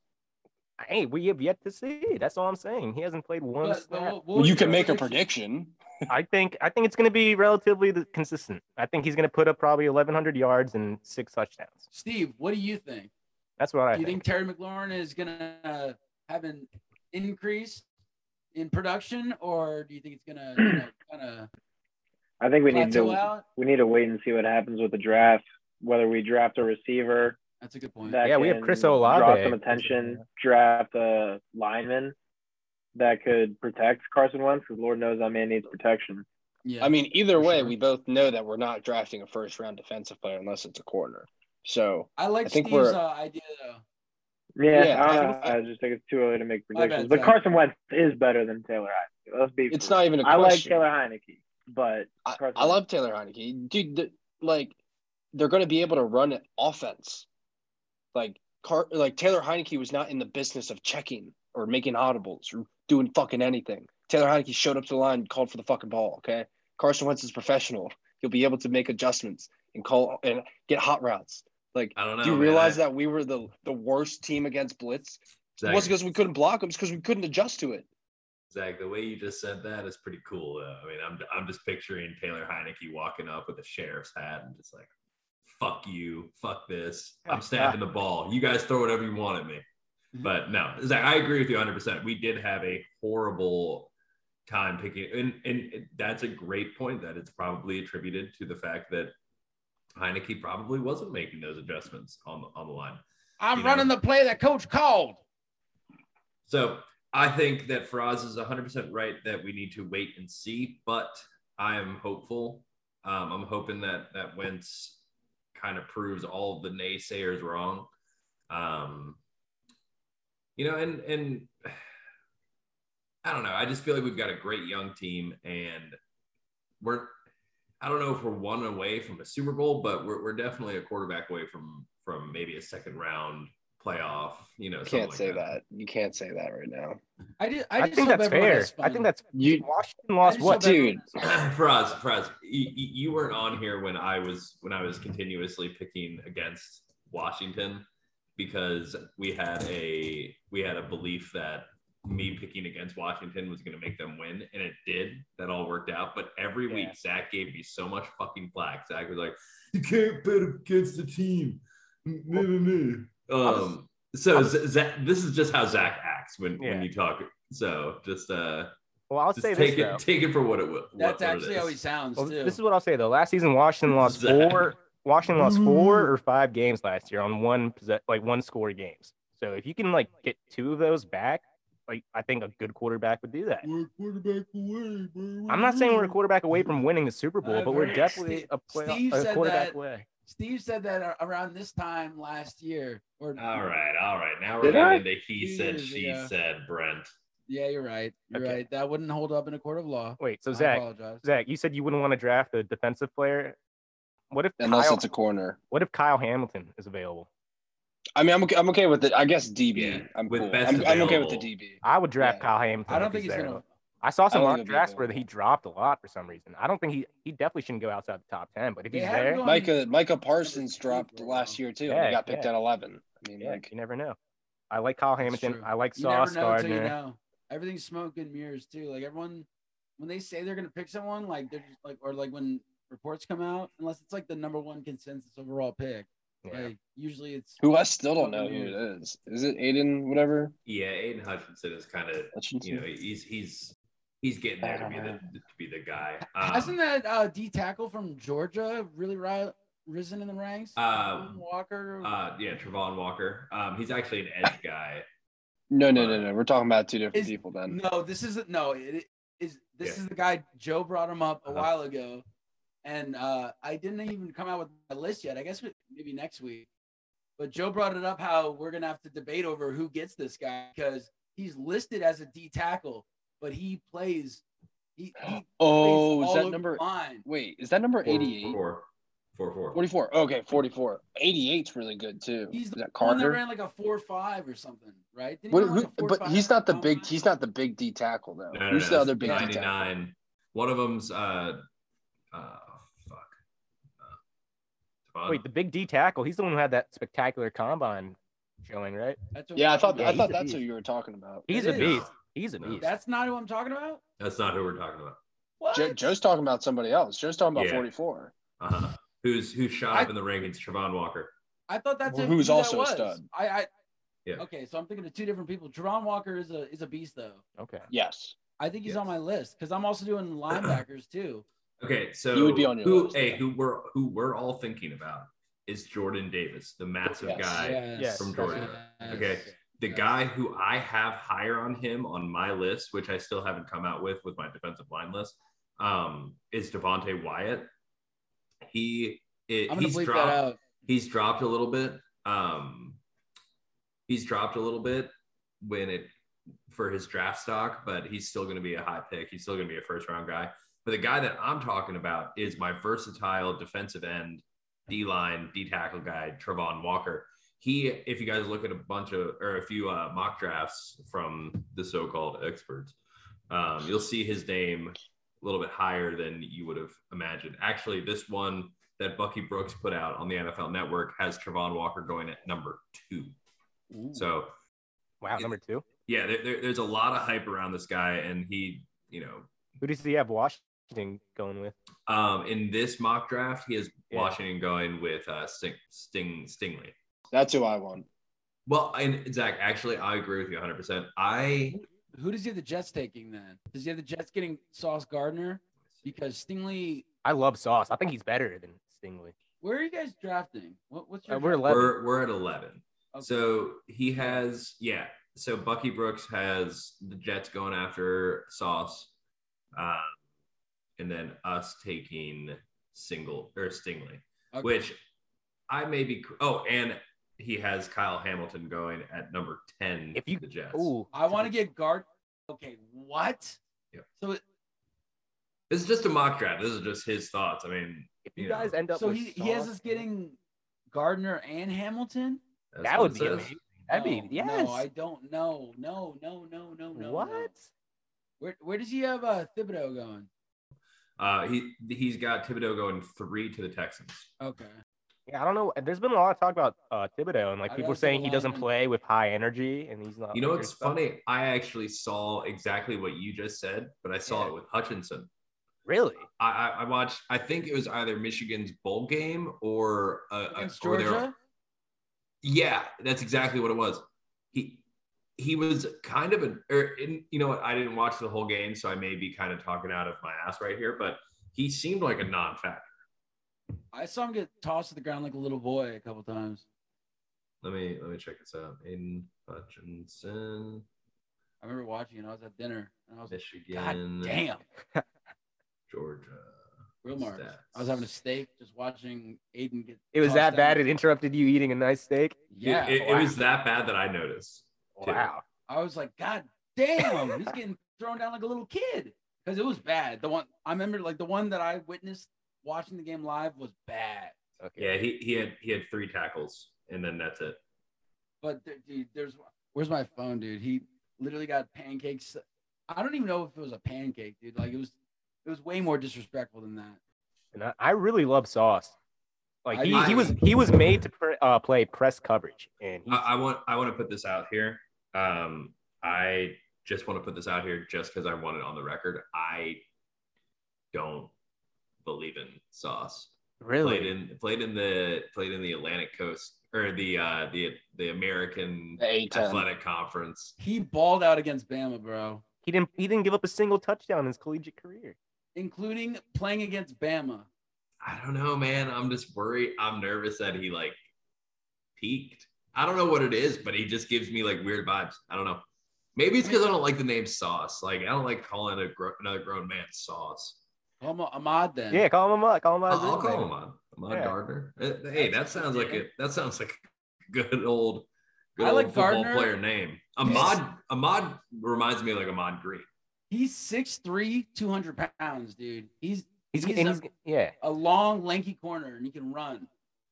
Speaker 3: Hey, we have yet to see. That's all I'm saying. He hasn't played one
Speaker 1: But- but
Speaker 3: snap.
Speaker 1: what- what
Speaker 2: Well,
Speaker 1: was
Speaker 2: you
Speaker 1: your
Speaker 2: can make a
Speaker 1: prediction?
Speaker 2: prediction.
Speaker 3: I think I think it's going to be relatively the- consistent. I think he's going to put up probably 1,100 yards and six touchdowns.
Speaker 1: Steve, what do you think?
Speaker 3: That's what I
Speaker 1: do you think,
Speaker 3: think.
Speaker 1: Terry McLaurin is gonna uh, have an increase in production, or do you think it's gonna you
Speaker 2: [clears throat]
Speaker 1: know, kind of
Speaker 8: I think we need
Speaker 1: plateau
Speaker 8: to
Speaker 1: out?
Speaker 8: we need to wait and see what happens with the draft. Whether we draft a receiver
Speaker 1: That's a good point.
Speaker 8: that
Speaker 3: Yeah, we have
Speaker 8: can
Speaker 3: Chris
Speaker 8: draw
Speaker 3: Olave.
Speaker 8: some attention, draft a lineman that could protect Carson Wentz, because Lord knows that man needs protection.
Speaker 1: yeah,
Speaker 2: I mean, either
Speaker 1: for
Speaker 2: way,
Speaker 1: sure.
Speaker 2: we both know that we're not drafting a first round defensive player unless it's a corner. So
Speaker 1: I like
Speaker 2: I think
Speaker 1: Steve's
Speaker 2: we're-
Speaker 1: uh, idea though.
Speaker 8: Yeah,
Speaker 2: Yeah,
Speaker 8: I,
Speaker 2: I
Speaker 8: don't know.
Speaker 2: think-
Speaker 8: I just think it's too early to make
Speaker 1: My bad,
Speaker 8: predictions. But
Speaker 1: Zach.
Speaker 8: Carson Wentz is better than Taylor Heineke. Let's be.
Speaker 2: it's
Speaker 8: fair.
Speaker 2: not even a
Speaker 8: I like
Speaker 2: question.
Speaker 8: Taylor Heineke, but
Speaker 2: I,
Speaker 8: Carson
Speaker 2: I love Taylor Heineke, dude. The, like, they're going to be able to run an offense. Like, Car- like Taylor Heineke was not in the business of checking or making audibles or doing fucking anything. Taylor Heineke showed up to the line, and called for the fucking ball. Okay, Carson Wentz is professional. He'll be able to make adjustments and call and get hot routes. Like,
Speaker 9: I don't know.
Speaker 2: do you
Speaker 9: man.
Speaker 2: realize
Speaker 9: I-
Speaker 2: that we were the the worst team against blitz? It
Speaker 9: Zach,
Speaker 2: wasn't because we couldn't block them; it's because we couldn't adjust to it.
Speaker 9: Zach, the way you just said that is pretty cool. Though. I mean, I'm, I'm just picturing Taylor Heineke walking up with a sheriff's hat and just like, fuck you, fuck this. I'm snapping the ball. You guys throw whatever you want at me. But no, Zach, I agree with you 100%. We did have a horrible time picking, and, and that's a great point that it's probably attributed to the fact that Heineke probably wasn't making those adjustments on the, on the line.
Speaker 1: I'm
Speaker 9: You know.
Speaker 1: running the play that coach called.
Speaker 9: So I think that Faraz is 100% right that we need to wait and see, but I am hopeful. Um, I'm hoping that that Wentz kind of proves all the naysayers wrong. Um, you know, and and I don't know. I just feel like we've got a great young team, and we're I don't know if we're one away from a Super Bowl, but we're, we're definitely a quarterback away from from maybe a second round playoff. You know,
Speaker 2: You
Speaker 9: something
Speaker 2: can't
Speaker 9: like
Speaker 2: say that. You can't say that right now.
Speaker 1: I just, I
Speaker 3: I,
Speaker 1: just
Speaker 3: think
Speaker 1: hope
Speaker 3: that's
Speaker 1: everyone
Speaker 3: fair.
Speaker 1: has
Speaker 3: I
Speaker 1: fun.
Speaker 3: think that's
Speaker 2: You
Speaker 3: Washington lost
Speaker 1: just
Speaker 3: what?
Speaker 1: hope everyone
Speaker 2: dude?
Speaker 9: [clears throat]
Speaker 1: has fun.
Speaker 9: Faraz, Faraz, you, you you weren't on here when I was when I was continuously picking against Washington because we had a we had a belief that me picking against Washington was going to make them win, and it did. That all worked out. But every
Speaker 2: Yeah.
Speaker 9: week, Zach gave me so much fucking flack. Zach was like, "You can't bet against the team." Um, so Z- Zach, this is just how Zach acts when when
Speaker 3: Yeah.
Speaker 9: you talk. So just uh,
Speaker 3: Well, I'll
Speaker 9: just
Speaker 3: say
Speaker 9: take
Speaker 3: this
Speaker 9: it
Speaker 3: though.
Speaker 9: take it for what it was.
Speaker 1: That's actually how he sounds
Speaker 3: Well,
Speaker 1: too.
Speaker 3: this is what I'll say though. Last season, Washington lost
Speaker 9: Zach.
Speaker 3: four. Washington lost four or five games last year on one possess- like one score games. So if you can like get two of those back, like I think a good quarterback would do that.
Speaker 1: we're a quarterback away. bro.
Speaker 3: I'm not saying we're a quarterback away from winning the Super Bowl,
Speaker 1: I've
Speaker 3: but we're
Speaker 1: heard
Speaker 3: definitely
Speaker 1: Steve-
Speaker 3: a, play-
Speaker 1: Steve
Speaker 3: a
Speaker 1: said
Speaker 3: quarterback
Speaker 1: that.
Speaker 3: away.
Speaker 1: Steve said that a- around this time last year. Or
Speaker 9: All right, all right. Now we're
Speaker 2: Did I?
Speaker 9: getting into he
Speaker 1: Two
Speaker 9: said,
Speaker 1: years
Speaker 9: she
Speaker 1: ago.
Speaker 9: said, Brent.
Speaker 1: yeah, you're right. You're
Speaker 3: Okay.
Speaker 1: right. That wouldn't hold up in a court of law.
Speaker 3: Wait, so
Speaker 1: I
Speaker 3: Zach,
Speaker 1: apologize.
Speaker 3: Zach, you said you wouldn't want to draft a defensive player. What if
Speaker 2: unless
Speaker 3: Kyle,
Speaker 2: it's a corner.
Speaker 3: what if Kyle Hamilton is available?
Speaker 2: I mean, I'm okay, I'm okay with it. I guess DB.
Speaker 9: Yeah,
Speaker 2: I'm
Speaker 9: with
Speaker 2: cool.
Speaker 9: best
Speaker 2: I'm, I'm okay with the
Speaker 9: available.
Speaker 2: DB.
Speaker 3: I would draft
Speaker 2: Yeah.
Speaker 3: Kyle Hamilton.
Speaker 1: I
Speaker 3: if
Speaker 1: don't think he's
Speaker 3: there.
Speaker 1: gonna.
Speaker 3: I saw
Speaker 2: I don't
Speaker 3: some mock
Speaker 2: think he'll be
Speaker 3: drafts where he
Speaker 2: available.
Speaker 3: dropped a lot for some reason. I don't think he he definitely shouldn't go outside the top ten. But if
Speaker 1: They
Speaker 3: he's
Speaker 1: had him
Speaker 3: there,
Speaker 1: going-
Speaker 2: Micah Micah Parsons dropped last year too. and
Speaker 3: Yeah,
Speaker 2: he got picked
Speaker 3: yeah.
Speaker 2: at 11. I mean,
Speaker 3: yeah,
Speaker 2: like
Speaker 3: you never know. I like Kyle Hamilton.
Speaker 1: true.
Speaker 3: I like
Speaker 1: You never
Speaker 3: Sauce
Speaker 1: know until you
Speaker 3: Gardner.
Speaker 1: know. Everything's smoke and mirrors too. Like everyone, when they say they're gonna pick someone, like they're just like, or like when reports come out, unless it's like the number one consensus overall pick.
Speaker 3: Yeah.
Speaker 1: Like usually it's
Speaker 2: who I still don't know who it is. Is it Aiden? Whatever.
Speaker 9: Yeah, Aiden Hutchinson is kind of you know he's he's he's getting there to be the to be the guy. Um,
Speaker 1: Hasn't that uh, D tackle from Georgia really ri- risen in the ranks?
Speaker 9: Um,
Speaker 1: Walker.
Speaker 9: uh, yeah, Travon Walker. Um, he's actually an
Speaker 3: [laughs]
Speaker 9: edge guy.
Speaker 2: No, no, no, no. We're talking about two different
Speaker 1: Is-
Speaker 2: people then.
Speaker 1: no, this isn't. No, it is. This
Speaker 9: Yeah.
Speaker 1: is the guy Joe brought him up a
Speaker 9: Uh-huh.
Speaker 1: while ago, and uh, I didn't even come out with my list yet. I guess we- maybe next week. But Joe brought it up how we're gonna have to debate over who gets this guy because he's listed as a D tackle, but he plays. He, he plays all
Speaker 2: Oh, is
Speaker 1: over
Speaker 2: that
Speaker 1: the
Speaker 2: number?
Speaker 1: line.
Speaker 2: Wait, is that number
Speaker 9: Four-
Speaker 2: 88?
Speaker 9: four- four- four.
Speaker 2: 44. Okay, 44. 88's really good too.
Speaker 1: He's
Speaker 2: Is that
Speaker 1: The One that
Speaker 2: Carter?
Speaker 1: ran like a four five or something, right? Didn't he
Speaker 2: What,
Speaker 1: run like
Speaker 2: who,
Speaker 1: a four,
Speaker 2: but
Speaker 1: five
Speaker 2: he's not the
Speaker 1: combine?
Speaker 2: big. He's not the big D tackle though.
Speaker 9: No, no,
Speaker 2: Who's
Speaker 9: no,
Speaker 2: the other big D tackle?
Speaker 9: 99. One of them's uh, uh, fuck. Uh, Tavon-
Speaker 3: Wait, the big D tackle. He's the one who had that spectacular combine showing, right?
Speaker 1: That's what
Speaker 2: Yeah, I
Speaker 1: we're
Speaker 2: thought
Speaker 1: talking
Speaker 2: I
Speaker 1: about.
Speaker 2: thought
Speaker 3: he's a
Speaker 2: that's who
Speaker 3: beast.
Speaker 2: you were talking about.
Speaker 3: He's
Speaker 1: It
Speaker 3: a
Speaker 1: is.
Speaker 3: beast. He's a
Speaker 9: No.
Speaker 3: beast.
Speaker 1: That's not who I'm talking about.
Speaker 9: That's not who we're talking about.
Speaker 1: What?
Speaker 2: Jo- Joe's talking about somebody else. Joe's talking about
Speaker 9: Yeah.
Speaker 2: 44.
Speaker 9: Uh-huh. Who's who shot up
Speaker 1: I-
Speaker 9: in the rankings? Travon Walker.
Speaker 1: I thought that's
Speaker 2: Well,
Speaker 1: it-
Speaker 2: who's
Speaker 1: who that
Speaker 2: also a
Speaker 1: was.
Speaker 2: stud.
Speaker 1: I, I
Speaker 9: Yeah.
Speaker 1: Okay, so I'm thinking of two different people. Jerron Walker is a is a beast though.
Speaker 3: Okay.
Speaker 2: Yes.
Speaker 1: I think he's
Speaker 9: Yes.
Speaker 1: on my list because I'm also
Speaker 2: [clears throat]
Speaker 1: doing linebackers too.
Speaker 9: Okay, so
Speaker 2: You would be on your
Speaker 9: who,
Speaker 2: list,
Speaker 9: Hey,
Speaker 2: yeah.
Speaker 9: who we're who we're all thinking about is Jordan Davis, the massive
Speaker 2: Yes.
Speaker 9: guy,
Speaker 1: Yes,
Speaker 9: from
Speaker 1: yes,
Speaker 9: Georgia.
Speaker 1: yes.
Speaker 9: Okay. the guy who I have higher on him on my list, which I still haven't come out with with my defensive line list, um, is Devonte Wyatt. He it,
Speaker 1: I'm gonna
Speaker 9: he's
Speaker 1: bleep
Speaker 9: dropped
Speaker 1: that out.
Speaker 9: he's dropped a little bit. Um, he's dropped a little bit when it for his draft stock, but he's still going to be a high pick. He's still going to be a first round guy. But the guy that I'm talking about is my versatile defensive end, D line, D tackle guy, Travon Walker. He, if you guys look at a bunch of or a few uh, mock drafts from the so-called experts, um, you'll see his name a little bit higher than you would have imagined. Actually, this one that Bucky Brooks put out on the NFL Network has Travon Walker going at number two. So
Speaker 3: Wow, number two.
Speaker 9: yeah, there, there, there's a lot of hype around this guy, and he, you know,
Speaker 3: Who does he have Washington going with?
Speaker 9: um, in this mock draft, he has
Speaker 3: Yeah.
Speaker 9: Washington going with uh, Sting, Sting Stingley.
Speaker 2: That's who I want.
Speaker 9: Well, and Zach, actually, I agree with you 100. percent I
Speaker 1: Who does he have the Jets taking then? Does he have the Jets getting Sauce Gardner? Because Stingley,
Speaker 3: I love Sauce. I think he's better than Stingley.
Speaker 1: where are you guys drafting? What, what's your
Speaker 3: Uh, we're
Speaker 1: draft?
Speaker 3: 11.
Speaker 9: we're we're at 11.
Speaker 1: Okay.
Speaker 9: So he has, yeah. So Bucky Brooks has the Jets going after Sauce, um, and then us taking Single or Stingley,
Speaker 1: Okay.
Speaker 9: which I may be. Oh, and he has Kyle Hamilton going at number 10.
Speaker 3: If you-
Speaker 9: the Jets,
Speaker 3: Ooh,
Speaker 1: I want to get guard. Okay, what?
Speaker 9: Yep.
Speaker 1: So it-
Speaker 9: this is just a mock draft. This is just his thoughts. I mean,
Speaker 3: If you
Speaker 9: you know,
Speaker 3: guys end up
Speaker 1: so
Speaker 3: with
Speaker 1: he, he has
Speaker 3: Sauce-
Speaker 1: us getting Gardner and Hamilton.
Speaker 9: that's
Speaker 3: That
Speaker 9: what
Speaker 3: would
Speaker 9: it
Speaker 3: be
Speaker 9: says.
Speaker 3: amazing. That'd be
Speaker 1: No,
Speaker 3: yes.
Speaker 1: No, I don't know. No, no, no, no, no.
Speaker 3: what?
Speaker 1: no. Where where does he have uh, Thibodeau going?
Speaker 9: Uh, he he's got Thibodeau going three to the Texans.
Speaker 1: Okay.
Speaker 3: Yeah, I don't know. There's been a lot of talk about uh, Thibodeau and like
Speaker 1: I
Speaker 3: people
Speaker 1: got
Speaker 3: saying he doesn't
Speaker 1: Thibodeau.
Speaker 3: play with high energy and he's not.
Speaker 9: You know
Speaker 3: like,
Speaker 9: what's
Speaker 3: your stuff.
Speaker 9: funny? I actually saw exactly what you just said, but I saw
Speaker 3: Yeah.
Speaker 9: it with Hutchinson.
Speaker 3: Really?
Speaker 9: I, I, I watched. I think it was either Michigan's bowl game or uh,
Speaker 1: Against
Speaker 9: or their-
Speaker 1: Georgia?
Speaker 9: yeah, that's exactly what it was. He he was kind of a. Or in, you know what? I didn't watch the whole game, so I may be kind of talking out of my ass right here, but he seemed like a non-factor.
Speaker 1: I saw him get tossed to the ground like a little boy a couple times.
Speaker 9: Let me let me check this out. In Hutchinson,
Speaker 1: I remember watching it. I was at dinner and I was like,
Speaker 9: Michigan,
Speaker 1: damn,
Speaker 9: Georgia.
Speaker 1: real marks. I was
Speaker 9: Stats.
Speaker 1: having a steak just watching Aiden get.
Speaker 3: It was
Speaker 1: tossed
Speaker 3: that bad.
Speaker 1: down.
Speaker 3: It interrupted you eating a nice steak.
Speaker 1: yeah.
Speaker 9: it, it, it
Speaker 3: wow.
Speaker 9: was that bad that I noticed. too.
Speaker 3: Wow.
Speaker 1: I was like, God damn, he's getting thrown down like a little kid because it was bad. The one I remember, like the one that I witnessed watching the game live was bad.
Speaker 9: Yeah, he, he had he had three tackles, and then that's it.
Speaker 1: But th- dude, there's where's my phone, dude? He literally got pancakes. I don't even know if it was a pancake, dude. Like it was, it was way more disrespectful than that.
Speaker 3: And I, I really love Sauce. Like
Speaker 1: I
Speaker 3: he,
Speaker 9: do
Speaker 3: he
Speaker 9: too.
Speaker 3: was he was made to pre, uh, play press coverage and he,
Speaker 9: I, I want I want to put this out here. Um, I just want to put this out here just because I want it on the record. I don't believe in Sauce. Played
Speaker 3: really
Speaker 9: in played in the played in the Atlantic Coast or the uh, the the American
Speaker 2: The A10.
Speaker 9: Athletic Conference.
Speaker 1: He balled out against Bama, bro,
Speaker 3: he didn't he didn't give up a single touchdown in his collegiate career.
Speaker 1: including playing against Bama.
Speaker 9: I don't know, man. I'm just worried. I'm nervous that he like peaked. I don't know what it is, but he just gives me like weird vibes. I don't know. Maybe it's because I don't like the name Sauce. Like I don't like calling a gro- another grown man Sauce.
Speaker 1: Call him Ahmad then.
Speaker 3: Yeah, call him up. Call him up.
Speaker 9: I'll, I'll call him on. I'm on
Speaker 3: Yeah.
Speaker 9: Gardner. Uh, Hey, that sounds like a that sounds like a good old good
Speaker 1: I like
Speaker 9: old football
Speaker 1: Gardner.
Speaker 9: player name. Ahmad Ahmad reminds me of like Ahmad Green.
Speaker 1: He's 6'3, 200 pounds, dude. He's
Speaker 3: He's,
Speaker 1: He's
Speaker 3: and
Speaker 1: a-
Speaker 3: he's yeah.
Speaker 1: a long, lanky corner and he can run.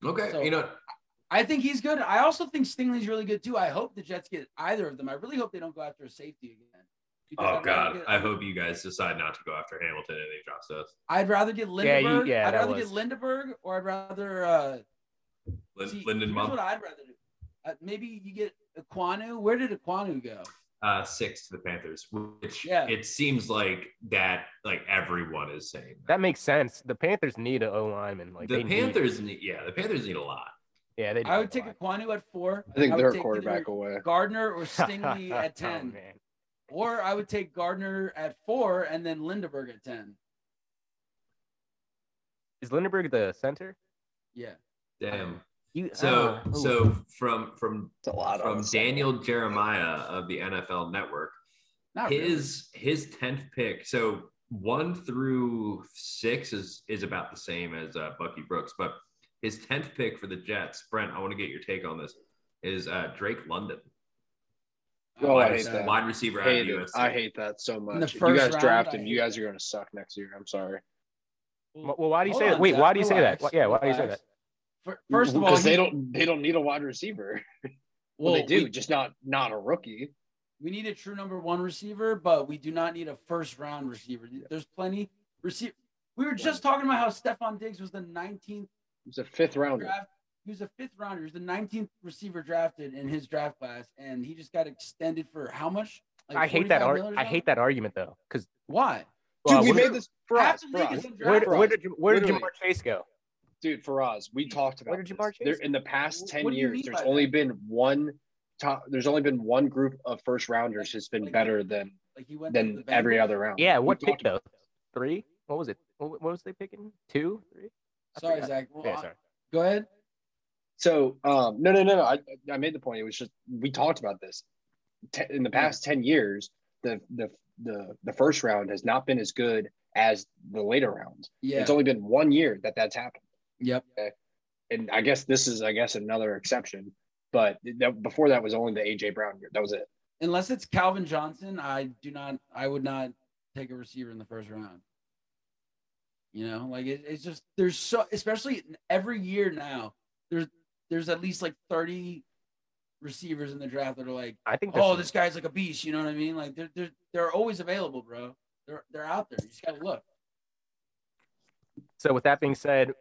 Speaker 9: Okay,
Speaker 1: So-
Speaker 9: you know
Speaker 1: I think he's good. I also think Stingley's really good too. I hope the Jets get either of them. I really hope they don't go after a safety again. Because
Speaker 9: Oh
Speaker 1: I'd rather
Speaker 9: God!
Speaker 1: get-
Speaker 9: I hope you guys decide not to go after Hamilton and he drops us.
Speaker 1: I'd rather get Lindeberg.
Speaker 3: Yeah, you- yeah,
Speaker 1: I'd
Speaker 3: that
Speaker 1: rather
Speaker 3: was-
Speaker 1: get Lindeberg, or I'd rather. Uh,
Speaker 9: Lin-
Speaker 1: see, here's
Speaker 9: Lindenbaum,
Speaker 1: what I'd rather do. Uh, maybe you get Aquanu. Where did Aquanu go?
Speaker 9: uh, six to the Panthers, which
Speaker 1: Yeah.
Speaker 9: it seems like that like everyone is saying.
Speaker 3: That makes sense. The Panthers need a O lineman. Like
Speaker 9: the
Speaker 3: they need-
Speaker 9: Panthers need, yeah, the Panthers need a lot.
Speaker 3: yeah, they. do
Speaker 1: I
Speaker 3: need
Speaker 1: would
Speaker 3: a
Speaker 1: take
Speaker 3: line.
Speaker 1: Aquanu at four.
Speaker 2: I think
Speaker 1: would
Speaker 2: they're
Speaker 1: take
Speaker 2: a
Speaker 1: either
Speaker 2: quarterback away.
Speaker 1: Gardner
Speaker 3: [laughs]
Speaker 1: or Stingley at
Speaker 3: Oh,
Speaker 1: ten,
Speaker 3: man.
Speaker 1: or I would take Gardner at four and then Lindeberg at ten.
Speaker 3: Is Lindenberg the center?
Speaker 1: Yeah,
Speaker 9: Damn.
Speaker 3: You,
Speaker 9: So
Speaker 3: ah, ooh.
Speaker 9: so from from
Speaker 2: It's a Uh, lot
Speaker 9: from
Speaker 2: of
Speaker 9: Daniel Jeremiah of the NFL Network,
Speaker 1: not really.
Speaker 9: his his tenth pick. So one through six is is about the same as uh, Bucky Brooks, but his tenth pick for the Jets, Brent. I want to get your take on this. Is uh, Drake London,
Speaker 2: Oh, I
Speaker 9: wide,
Speaker 2: hate
Speaker 9: rec-
Speaker 2: that.
Speaker 9: wide receiver out of
Speaker 2: Hate it.
Speaker 9: USC.
Speaker 2: I hate that so
Speaker 1: the
Speaker 2: much. If you
Speaker 1: first
Speaker 2: guys
Speaker 1: round,
Speaker 2: draft
Speaker 1: I
Speaker 2: him, you
Speaker 1: hate
Speaker 2: guys are going to suck next year. I'm sorry.
Speaker 3: Well, well, why do you
Speaker 1: Hold
Speaker 3: say that?
Speaker 1: on,
Speaker 3: Wait,
Speaker 1: Zach,
Speaker 3: why do you say that?
Speaker 1: relax,
Speaker 3: Why- yeah, why do you say that?
Speaker 1: relax. Fir- First
Speaker 2: [laughs]
Speaker 1: of all,
Speaker 2: because they
Speaker 1: he-
Speaker 2: don't they don't need a wide receiver. Well, they do,
Speaker 1: We,
Speaker 2: just not not a rookie.
Speaker 1: we need a true number one receiver, but we do not need a first round receiver. There's plenty receive. We were just talking about how Stefan Diggs was the 19th
Speaker 2: was a fifth
Speaker 3: Oh,
Speaker 2: rounder.
Speaker 1: draft. He was a fifth rounder. He was the 19th receiver drafted in his draft class, and he just got extended for how much? Like
Speaker 3: I hate that.
Speaker 1: $45
Speaker 3: Ar-
Speaker 1: million
Speaker 3: I
Speaker 1: or
Speaker 3: hate that argument though, because
Speaker 1: something? Why?
Speaker 2: Dude, we
Speaker 1: what-
Speaker 2: made this for
Speaker 1: Half
Speaker 2: us.
Speaker 1: the
Speaker 2: For
Speaker 1: league
Speaker 2: us.
Speaker 1: is in
Speaker 3: where,
Speaker 1: draft
Speaker 3: where,
Speaker 1: class.
Speaker 3: did where did
Speaker 2: Literally.
Speaker 3: Jamar Chase go?
Speaker 2: Dude, for us, we talked about
Speaker 3: did
Speaker 2: this.
Speaker 3: Jamar Chase
Speaker 2: There, in the past
Speaker 1: Wh-
Speaker 2: 10
Speaker 1: what do you
Speaker 2: years,
Speaker 1: mean
Speaker 2: there's
Speaker 1: by
Speaker 2: only
Speaker 1: that?
Speaker 2: been one top there's only been one group of first rounders who's been
Speaker 1: Like-
Speaker 2: better than
Speaker 1: Like he went to
Speaker 2: than
Speaker 1: the Bengals.
Speaker 2: every other round.
Speaker 3: Yeah,
Speaker 2: We
Speaker 3: what pick
Speaker 2: talked
Speaker 3: though? Three? What was it? What, what was they picking? Two, three? I
Speaker 1: Sorry,
Speaker 3: forgot.
Speaker 1: Zach. Well,
Speaker 3: Yeah,
Speaker 1: I-
Speaker 3: sorry.
Speaker 1: Go ahead.
Speaker 2: So, um, no, no, no, no. I, I made the point. It was just we talked about this Te- in the past ten years. The the the the first round has not been as good as the later rounds.
Speaker 1: Yeah.
Speaker 2: It's only been one year that that's happened,
Speaker 1: yep.
Speaker 2: and I guess this is, I guess, another exception. But that, before that was only the AJ Brown year. That was it.
Speaker 1: Unless it's Calvin Johnson, I do not. I would not take a receiver in the first round. You know, like it, it's just there's so especially every year now. There's there's at least like thirty receivers in the draft that are like,
Speaker 3: I think
Speaker 1: oh,
Speaker 3: that's-
Speaker 1: this guy's like a beast. You know what I mean? Like they're they're they're always available, bro. They're they're out there. You just gotta look.
Speaker 3: So with that being said,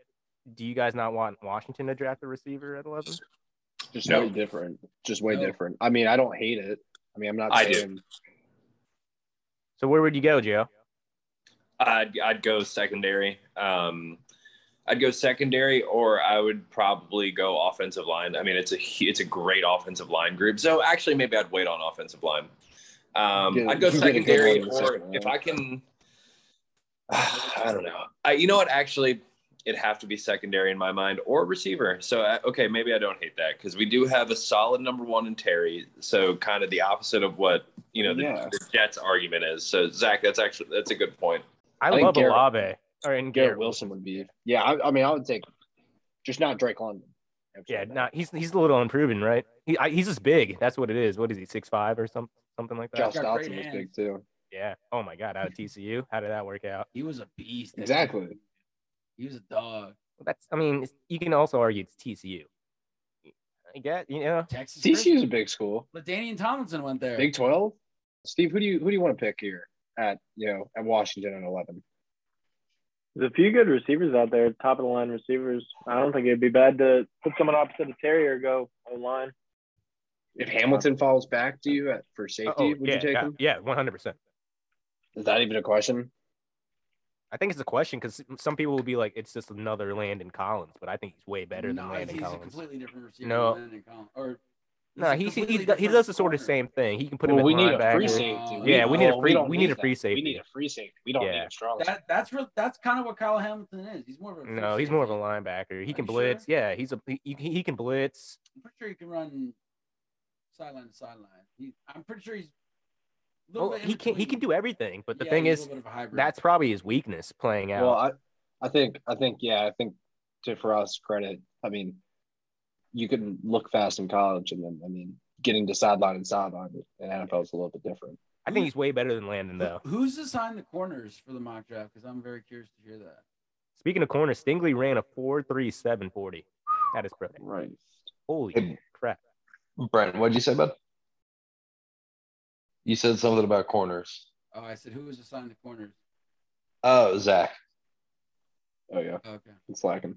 Speaker 3: do you guys not want Washington to draft a receiver at eleven?
Speaker 2: Just
Speaker 9: No.
Speaker 2: way different. Just way
Speaker 1: No.
Speaker 2: different. I mean, I don't hate it. I mean, I'm not.
Speaker 9: I do.
Speaker 2: saying-
Speaker 3: So where would you go, Joe?
Speaker 9: I'd, I'd go secondary. Um, I'd go secondary, or I would probably go offensive line. I mean, it's a hu- it's a great offensive line group. So actually, maybe I'd wait on offensive line.
Speaker 2: [laughs]
Speaker 9: Um,
Speaker 2: Get-
Speaker 9: I'd go
Speaker 2: you get a good
Speaker 9: secondary,
Speaker 2: one in the
Speaker 9: or
Speaker 2: second
Speaker 9: if I
Speaker 2: round.
Speaker 9: can, [sighs] I don't know. I, you know what? Actually, it'd have to be secondary in my mind, or receiver. So I, okay, maybe I don't hate that because we do have a solid number one in Terry. So kind of the opposite of what you know the,
Speaker 2: Yeah.
Speaker 9: the Jets' argument is. So Zach, that's actually that's a good point.
Speaker 3: I,
Speaker 2: I think
Speaker 3: love
Speaker 2: Garrett-
Speaker 3: Olave or
Speaker 2: Garrett
Speaker 3: and Garrett.
Speaker 2: Wilson would be. Yeah, I, I mean, I would take. Just not Drake London.
Speaker 3: Yeah, not he's he's a little unproven, right? He, I, he's just big. That's what it is. What is he, six five or something something like that?
Speaker 2: Josh
Speaker 1: Got great
Speaker 2: Dotson was
Speaker 1: hands.
Speaker 2: big too.
Speaker 3: Yeah. Oh my God, out of TCU, how did that work out?
Speaker 1: He was a beast. that
Speaker 2: Exactly.
Speaker 1: kid. He was a dog.
Speaker 3: Well, That's I mean, it's, you can also argue it's TCU. I guess you know.
Speaker 1: Texas.
Speaker 2: TCU's a big school.
Speaker 1: Ladanian Tomlinson went there.
Speaker 2: Big Twelve. Steve, who do you who do you want to pick here at you know at Washington at eleven?
Speaker 8: There's a few good receivers out there, top of the line receivers. I don't think it'd be bad to put someone opposite of Terry or go O line.
Speaker 2: If Hamilton falls back to you at for safety,
Speaker 3: Oh,
Speaker 2: would
Speaker 3: yeah,
Speaker 2: you take
Speaker 3: yeah,
Speaker 2: him?
Speaker 3: yeah, one hundred percent.
Speaker 2: Is that even a question?
Speaker 3: I think it's a question because some people will be like, it's just another Landon Collins, but I think he's way better than
Speaker 1: No,
Speaker 3: Landon
Speaker 1: he's a
Speaker 3: Collins.
Speaker 1: completely different receiver.
Speaker 3: No.
Speaker 1: than Landon Collins. Or
Speaker 3: No,
Speaker 1: a
Speaker 3: he, he,
Speaker 1: completely
Speaker 3: he, he
Speaker 1: different
Speaker 3: does the sort of
Speaker 1: corner.
Speaker 3: same thing. He can put
Speaker 2: Well,
Speaker 3: him in
Speaker 2: we need a free
Speaker 3: linebacker.
Speaker 2: safety.
Speaker 1: Yeah, we need a
Speaker 2: well,
Speaker 3: free-
Speaker 2: don't
Speaker 3: we need
Speaker 2: need
Speaker 3: a free
Speaker 2: that. We need
Speaker 3: safety.
Speaker 2: a free safety. We don't need
Speaker 3: Yeah.
Speaker 2: a strong.
Speaker 1: That, that's real. That's kind of what Kyle Hamilton is. He's more of a.
Speaker 3: No,
Speaker 1: free
Speaker 3: he's more of a
Speaker 1: safety.
Speaker 3: linebacker. He
Speaker 1: Are
Speaker 3: can
Speaker 1: you sure?
Speaker 3: blitz. Yeah, he's a he, he he can blitz.
Speaker 1: I'm pretty sure he can run sideline to sideline. He, I'm pretty sure he's. a little
Speaker 3: Well,
Speaker 1: bit in
Speaker 3: Oh, he can he
Speaker 1: between.
Speaker 3: can do everything. But the
Speaker 1: Yeah,
Speaker 3: thing
Speaker 1: he's a
Speaker 3: is,
Speaker 1: little bit of a hybrid.
Speaker 3: that's probably his weakness playing out.
Speaker 2: Well, I, I think I think yeah, I think to for us credit. I mean, you can look fast in college, and then I mean, getting to sideline and sideline in NFL is a little bit different.
Speaker 3: I think he's way better than Landon
Speaker 1: Who-
Speaker 3: though.
Speaker 1: Who's assigned the corners for the mock draft? Because I'm very curious to hear that.
Speaker 3: Speaking of corners, Stingley ran a four three seven forty. That is perfect.
Speaker 2: Right,
Speaker 3: Holy
Speaker 10: Hey,
Speaker 3: crap!
Speaker 10: Brent, what'd you say about? You said something about corners.
Speaker 1: Oh, I said who was assigned the corners?
Speaker 10: Oh, Zach.
Speaker 2: Oh yeah,
Speaker 1: Okay.
Speaker 2: it's lacking.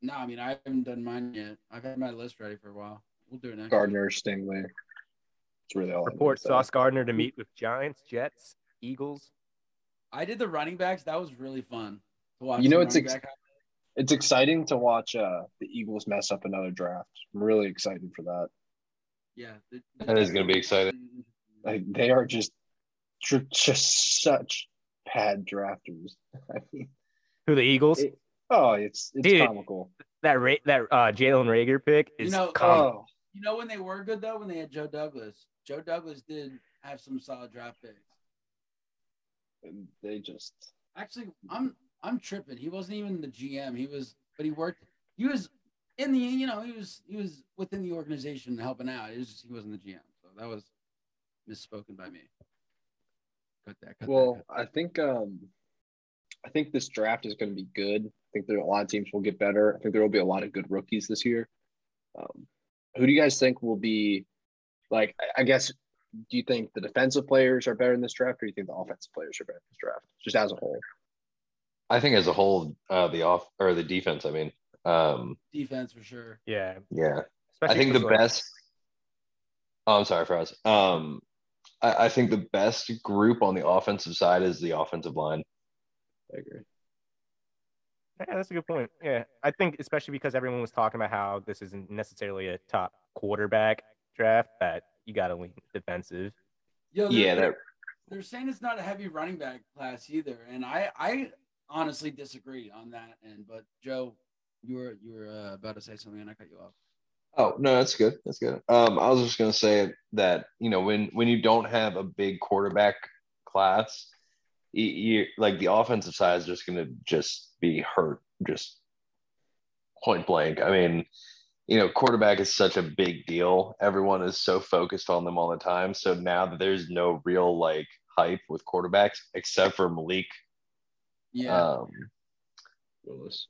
Speaker 1: No, I mean I haven't done mine yet. I've had my list ready for a while. We'll do it next.
Speaker 2: Gardner, Stingley. It's really all. I need
Speaker 3: Report
Speaker 2: to say.
Speaker 3: Sauce Gardner to meet with Giants, Jets, Eagles.
Speaker 1: I did the running backs. That was really fun to watch.
Speaker 2: You know,
Speaker 1: the
Speaker 2: it's
Speaker 1: running
Speaker 2: ex-
Speaker 1: back
Speaker 2: It's exciting to watch uh, the Eagles mess up another draft. I'm really excited for that.
Speaker 1: Yeah,
Speaker 10: That is gonna be exciting.
Speaker 1: Mm-hmm.
Speaker 2: Like they are just ju- just such bad drafters. [laughs] I mean,
Speaker 3: Who the Eagles?
Speaker 2: It- oh, it's it's
Speaker 3: Dude.
Speaker 2: comical.
Speaker 3: that Ra- that uh, Jalen Rager pick
Speaker 1: You
Speaker 3: is
Speaker 1: know,
Speaker 3: comical.
Speaker 2: Oh,
Speaker 1: You know when they were good though, when they had Joe Douglas. Joe Douglas did have some solid draft picks.
Speaker 2: and they just
Speaker 1: Actually, I'm I'm tripping. He wasn't even the GM. He was, but he worked. He was in the you know he was he was within the organization helping out. It was just, he wasn't the GM, so that was misspoken by me. Cut that. Cut
Speaker 2: well.
Speaker 1: that,
Speaker 2: I think um, I think this draft is going to be good. I think there a lot of teams will get better. I think there will be a lot of good rookies this year. Um, who do you guys think will be like? I- I guess. Do you think the defensive players are better in this draft, or do you think the offensive players are better in this draft, just as a whole?
Speaker 10: I think as a whole, uh, the off or the defense. I mean, um,
Speaker 1: Defense for sure.
Speaker 3: Yeah.
Speaker 10: yeah,
Speaker 3: Especially
Speaker 10: I think the
Speaker 3: 'cause, like,
Speaker 10: best. Oh, I'm sorry, Froz. Um, I, I think the best group on the offensive side is the offensive line.
Speaker 2: I agree.
Speaker 3: Yeah, that's a good point. Yeah, I think especially because everyone was talking about how this isn't necessarily a top quarterback draft that you got to lean defensive.
Speaker 1: Yo, they're-
Speaker 10: Yeah, that
Speaker 1: they're saying it's not a heavy running back class either, and I I honestly disagree on that. And but Joe, you were you were uh, about to say something, and I cut you off.
Speaker 10: Oh no, that's good. That's good. Um, I was just gonna say that you know when when you don't have a big quarterback class, you, you like the offensive side is just gonna just be hurt, just point blank. I mean, you know, quarterback is such a big deal. Everyone is so focused on them all the time. So now that there's no real like hype with quarterbacks except for Malik.
Speaker 1: Yeah,
Speaker 10: Um,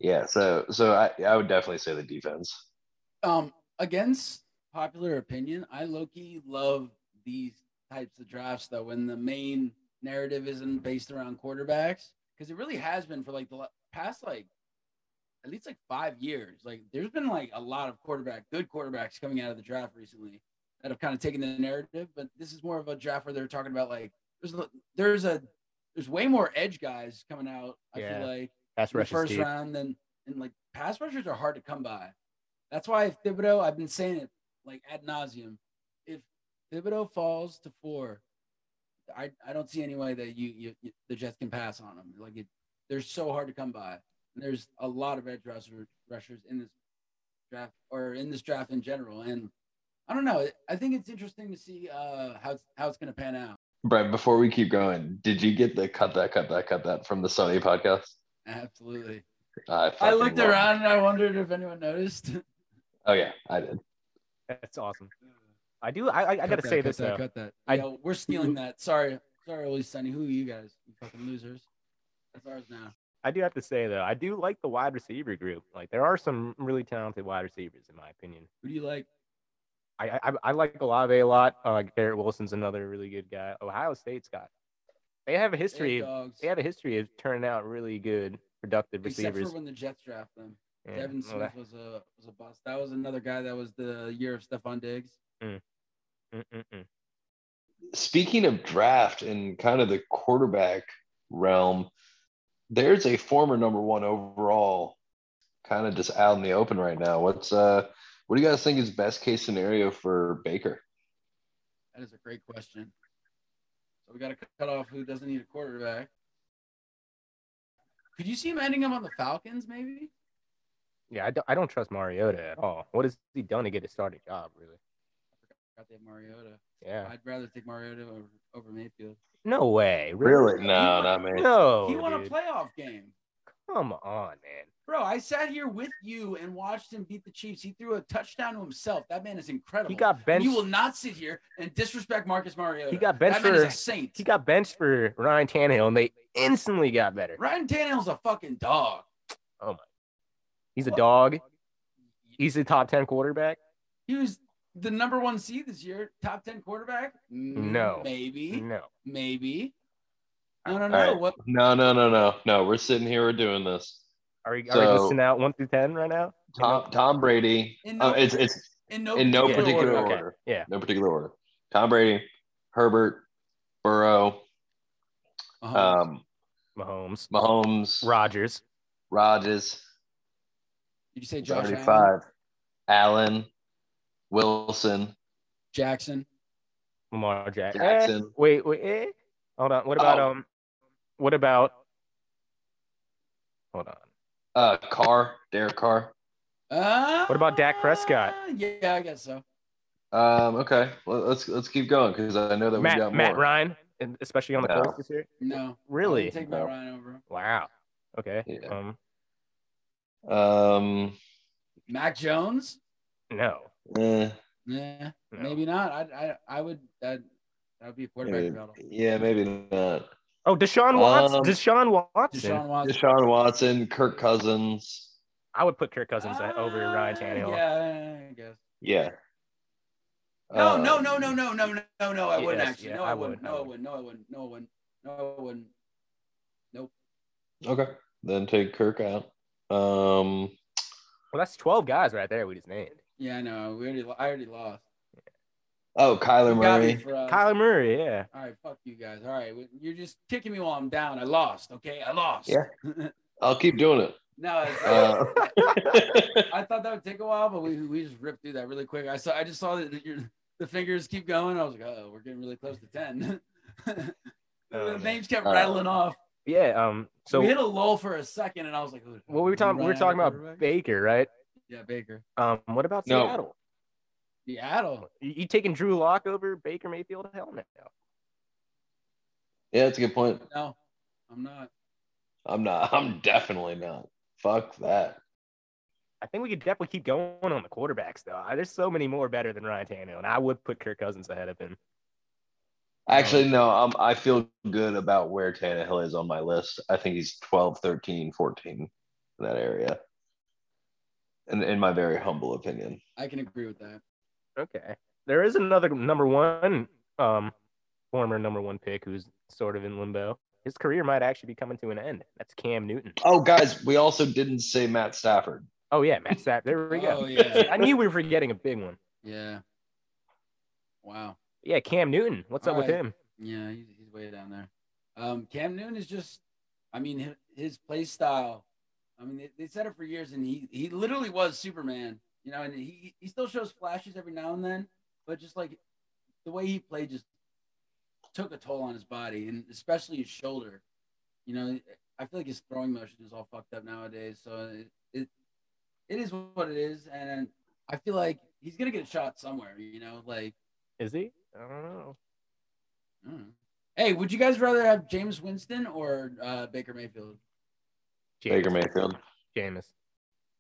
Speaker 10: yeah. So so I I would definitely say the defense.
Speaker 1: um against popular opinion i low-key love these types of drafts though when the main narrative isn't based around quarterbacks because it really has been for like the la- past like at least like five years like there's been like a lot of quarterback good quarterbacks coming out of the draft recently that have kind of taken the narrative but this is more of a draft where they're talking about like there's a- there's a there's way more edge guys coming out i
Speaker 3: Yeah.
Speaker 1: feel like
Speaker 3: That's
Speaker 1: in the
Speaker 3: rush
Speaker 1: first round, then and like pass rushers are hard to come by. That's why if Thibodeau, I've been saying it like ad nauseum. If Thibodeau falls to four, I, I don't see any way that you, you, you the Jets can pass on them. Like it, they're so hard to come by. And there's a lot of edge rusher, rushers in this draft or in this draft in general. And I don't know. I think it's interesting to see uh, how it's, how it's going to pan out.
Speaker 10: Brett, before we keep going, did you get the cut that, cut that, cut that from the Sony podcast?
Speaker 1: Absolutely.
Speaker 10: I,
Speaker 1: I
Speaker 10: fucking
Speaker 1: looked
Speaker 10: love-
Speaker 1: around and I wondered if anyone noticed. [laughs]
Speaker 10: Oh, yeah, I did.
Speaker 3: That's awesome. I do. I, I, I got
Speaker 1: Cut
Speaker 3: to
Speaker 1: that,
Speaker 3: say
Speaker 1: cut
Speaker 3: this
Speaker 1: that,
Speaker 3: though.
Speaker 1: Cut that.
Speaker 3: I-
Speaker 1: Yeah, we're stealing that. Sorry, sorry, Holy Sunny. Who are you guys? You fucking losers. That's ours now.
Speaker 3: I do have to say though. I do like the wide receiver group. Like there are some really talented wide receivers in my opinion.
Speaker 1: Who do you like?
Speaker 3: I I, I like Olave a lot. Uh, Garrett Wilson's another really good guy. Ohio State's got. They have a history.
Speaker 1: Hey,
Speaker 3: Of,
Speaker 1: dogs.
Speaker 3: they have a history of turning out really good, productive
Speaker 1: Except
Speaker 3: receivers.
Speaker 1: for when the Jets draft them.
Speaker 3: Yeah,
Speaker 1: Devin
Speaker 3: well, that-
Speaker 1: Smith was a was a bust. That was another guy that was the year of Stephon Diggs.
Speaker 3: mm, mm, mm.
Speaker 10: Speaking of draft and kind of the quarterback realm, there's a former number one overall kind of just out in the open right now. What's, uh, what do you guys think is best case scenario for Baker?
Speaker 1: That is a great question. So we got to cut off who doesn't need a quarterback. Could you see him ending up on the Falcons? Maybe.
Speaker 3: Yeah, I don't, I don't trust Mariota at all. What has he done to get a starting job, really?
Speaker 1: Got that Mariota.
Speaker 3: Yeah.
Speaker 1: I'd rather take Mariota over, over Mayfield.
Speaker 3: No way.
Speaker 10: No, not me.
Speaker 3: No.
Speaker 1: he won a
Speaker 3: Oh, dude.
Speaker 1: playoff game.
Speaker 3: Come on, man.
Speaker 1: Bro, I sat here with you and watched him beat the Chiefs. He threw a touchdown to himself. That man is incredible.
Speaker 3: He got benched.
Speaker 1: You will not sit here and disrespect Marcus Mariota.
Speaker 3: He got benched
Speaker 1: That man is
Speaker 3: for-
Speaker 1: a saint.
Speaker 3: he got benched for Ryan Tannehill, and they instantly got better.
Speaker 1: Ryan Tannehill's a fucking dog.
Speaker 3: He's a dog. He's a top ten quarterback.
Speaker 1: He was the number one seed this year, top ten quarterback. Mm,
Speaker 3: No.
Speaker 1: maybe,
Speaker 3: No.
Speaker 1: maybe. No, no,
Speaker 10: All
Speaker 1: no.
Speaker 10: right.
Speaker 1: What?
Speaker 10: No, no, no, no, no. We're sitting here, we're doing this.
Speaker 3: Are we, are
Speaker 10: So-
Speaker 3: we listing out one through ten right now?
Speaker 10: Tom, Tom Brady.
Speaker 1: In
Speaker 10: Oh,
Speaker 1: no-
Speaker 10: it's, it's
Speaker 1: In no
Speaker 10: in no
Speaker 1: particular
Speaker 10: particular
Speaker 1: order.
Speaker 10: order.
Speaker 3: Okay. Yeah.
Speaker 10: No particular order. Tom Brady, Herbert, Burrow,
Speaker 1: Uh-huh.
Speaker 10: um,
Speaker 3: Mahomes,
Speaker 10: Mahomes,
Speaker 3: Rogers.
Speaker 10: Rodgers,
Speaker 1: Did you say
Speaker 10: he's
Speaker 1: Josh
Speaker 10: already
Speaker 1: Allen,
Speaker 10: five, Allen, Wilson,
Speaker 1: Jackson?
Speaker 3: Lamar Jack- eh,
Speaker 10: Jackson.
Speaker 3: wait, wait. eh. Hold on. What about
Speaker 10: Oh.
Speaker 3: um? What about? Hold on.
Speaker 10: uh, Carr, Derek Carr.
Speaker 1: Uh,
Speaker 3: What about Dak Prescott?
Speaker 1: Yeah, I guess so.
Speaker 10: Um, okay, well, let's let's keep going because I know that we
Speaker 3: Matt
Speaker 10: got
Speaker 3: Matt
Speaker 10: more.
Speaker 3: Ryan, and especially on the
Speaker 10: No.
Speaker 3: Colts this year.
Speaker 1: No. I
Speaker 3: Really?
Speaker 1: wouldn't Take my
Speaker 10: No.
Speaker 1: Ryan over.
Speaker 3: Wow. Okay.
Speaker 10: Yeah.
Speaker 3: Um.
Speaker 10: Um,
Speaker 1: Mac Jones?
Speaker 3: No.
Speaker 10: eh,
Speaker 1: Yeah.
Speaker 3: no.
Speaker 1: Maybe not. I I I would that that would be a quarterback
Speaker 10: maybe-
Speaker 1: battle.
Speaker 10: eh, yeah, maybe not.
Speaker 3: Oh, Deshaun Watson.
Speaker 10: Um,
Speaker 3: Deshaun Watson.
Speaker 1: Deshaun Watson.
Speaker 10: Deshaun Watson, Kirk Cousins.
Speaker 3: I would put Kirk Cousins a- over
Speaker 1: Ah,
Speaker 3: Ryan Tannehill.
Speaker 1: Yeah, I guess.
Speaker 10: Yeah.
Speaker 1: No, no,
Speaker 10: Um,
Speaker 1: no, no, no, no, no, no, no. I wouldn't
Speaker 3: Yes,
Speaker 1: actually.
Speaker 3: yeah,
Speaker 1: no,
Speaker 3: I
Speaker 1: I wouldn't.
Speaker 3: would, I
Speaker 1: No, I
Speaker 3: would.
Speaker 1: wouldn't. No, I wouldn't. No, I wouldn't. No, I wouldn't.
Speaker 10: Okay. Then take Kirk out. Um,
Speaker 3: Well, that's 12 guys right there we just named.
Speaker 1: Yeah, I know. We already, I already lost.
Speaker 10: oh, Kyler
Speaker 1: You got me
Speaker 10: Murray.
Speaker 1: for, uh,
Speaker 3: Kyler Murray, yeah.
Speaker 1: All right, fuck you guys. All right, you're just kicking me while I'm down. I lost. Okay, I lost.
Speaker 10: Yeah. I'll keep doing it.
Speaker 1: No, it's-
Speaker 10: Uh,
Speaker 1: I thought that would take a while, but we we just ripped through that really quick. I saw, I just saw that your the fingers keep going. I was like, oh, we're getting really close to ten. [laughs] the
Speaker 3: Um,
Speaker 1: names kept
Speaker 10: uh,
Speaker 1: rattling off.
Speaker 3: Yeah. Um.
Speaker 1: So
Speaker 3: So
Speaker 1: we hit a lull for a second, and I was like, oh,
Speaker 3: what we were talking, we were
Speaker 1: Ryan,
Speaker 3: talking
Speaker 1: quarterback?
Speaker 3: about Baker, right?
Speaker 1: yeah, Baker,
Speaker 3: Um. What about
Speaker 10: No.
Speaker 3: Seattle?
Speaker 1: Seattle.
Speaker 3: You, you taking Drew Lock over Baker Mayfield? Hell no.
Speaker 10: yeah, that's a good point.
Speaker 1: No, I'm not.
Speaker 10: I'm not. [laughs] I'm definitely not. Fuck that.
Speaker 3: I think we could definitely keep going on the quarterbacks though. I- There's so many more better than Ryan Tannehill, and I would put Kirk Cousins ahead of him.
Speaker 10: Actually, no. I'm, I feel good about where Tannehill is on my list. I think he's 12, 13, 14 in that area. In, in my very humble opinion.
Speaker 1: I can agree with that.
Speaker 3: Okay. There is another number one, um, former number one pick who's sort of in limbo. His career might actually be coming to an end. That's Cam Newton.
Speaker 10: Oh, guys, we also didn't say Matt Stafford.
Speaker 3: Oh yeah, Matt Sapp. There we
Speaker 1: Oh
Speaker 3: go.
Speaker 1: yeah, [laughs]
Speaker 3: I knew we were forgetting a big one.
Speaker 1: yeah. Wow.
Speaker 3: Yeah, Cam Newton. What's up
Speaker 1: All
Speaker 3: with
Speaker 1: right.
Speaker 3: him?
Speaker 1: Yeah, he's, he's way down there. Um, Cam Newton is just, I mean, his, his play style. I mean, they, they said it for years, and he he literally was Superman, you know. And he he still shows flashes every now and then, but just like the way he played, just took a toll on his body, and especially his shoulder. You know, I feel like his throwing motion is all fucked up nowadays. So it it, it is what it is, and I feel like he's gonna get a shot somewhere. You know, like.
Speaker 3: Is he? I don't know.
Speaker 1: Mm. Hey, would you guys rather have James Winston or uh, Baker Mayfield?
Speaker 10: Baker Mayfield.
Speaker 3: Jameis.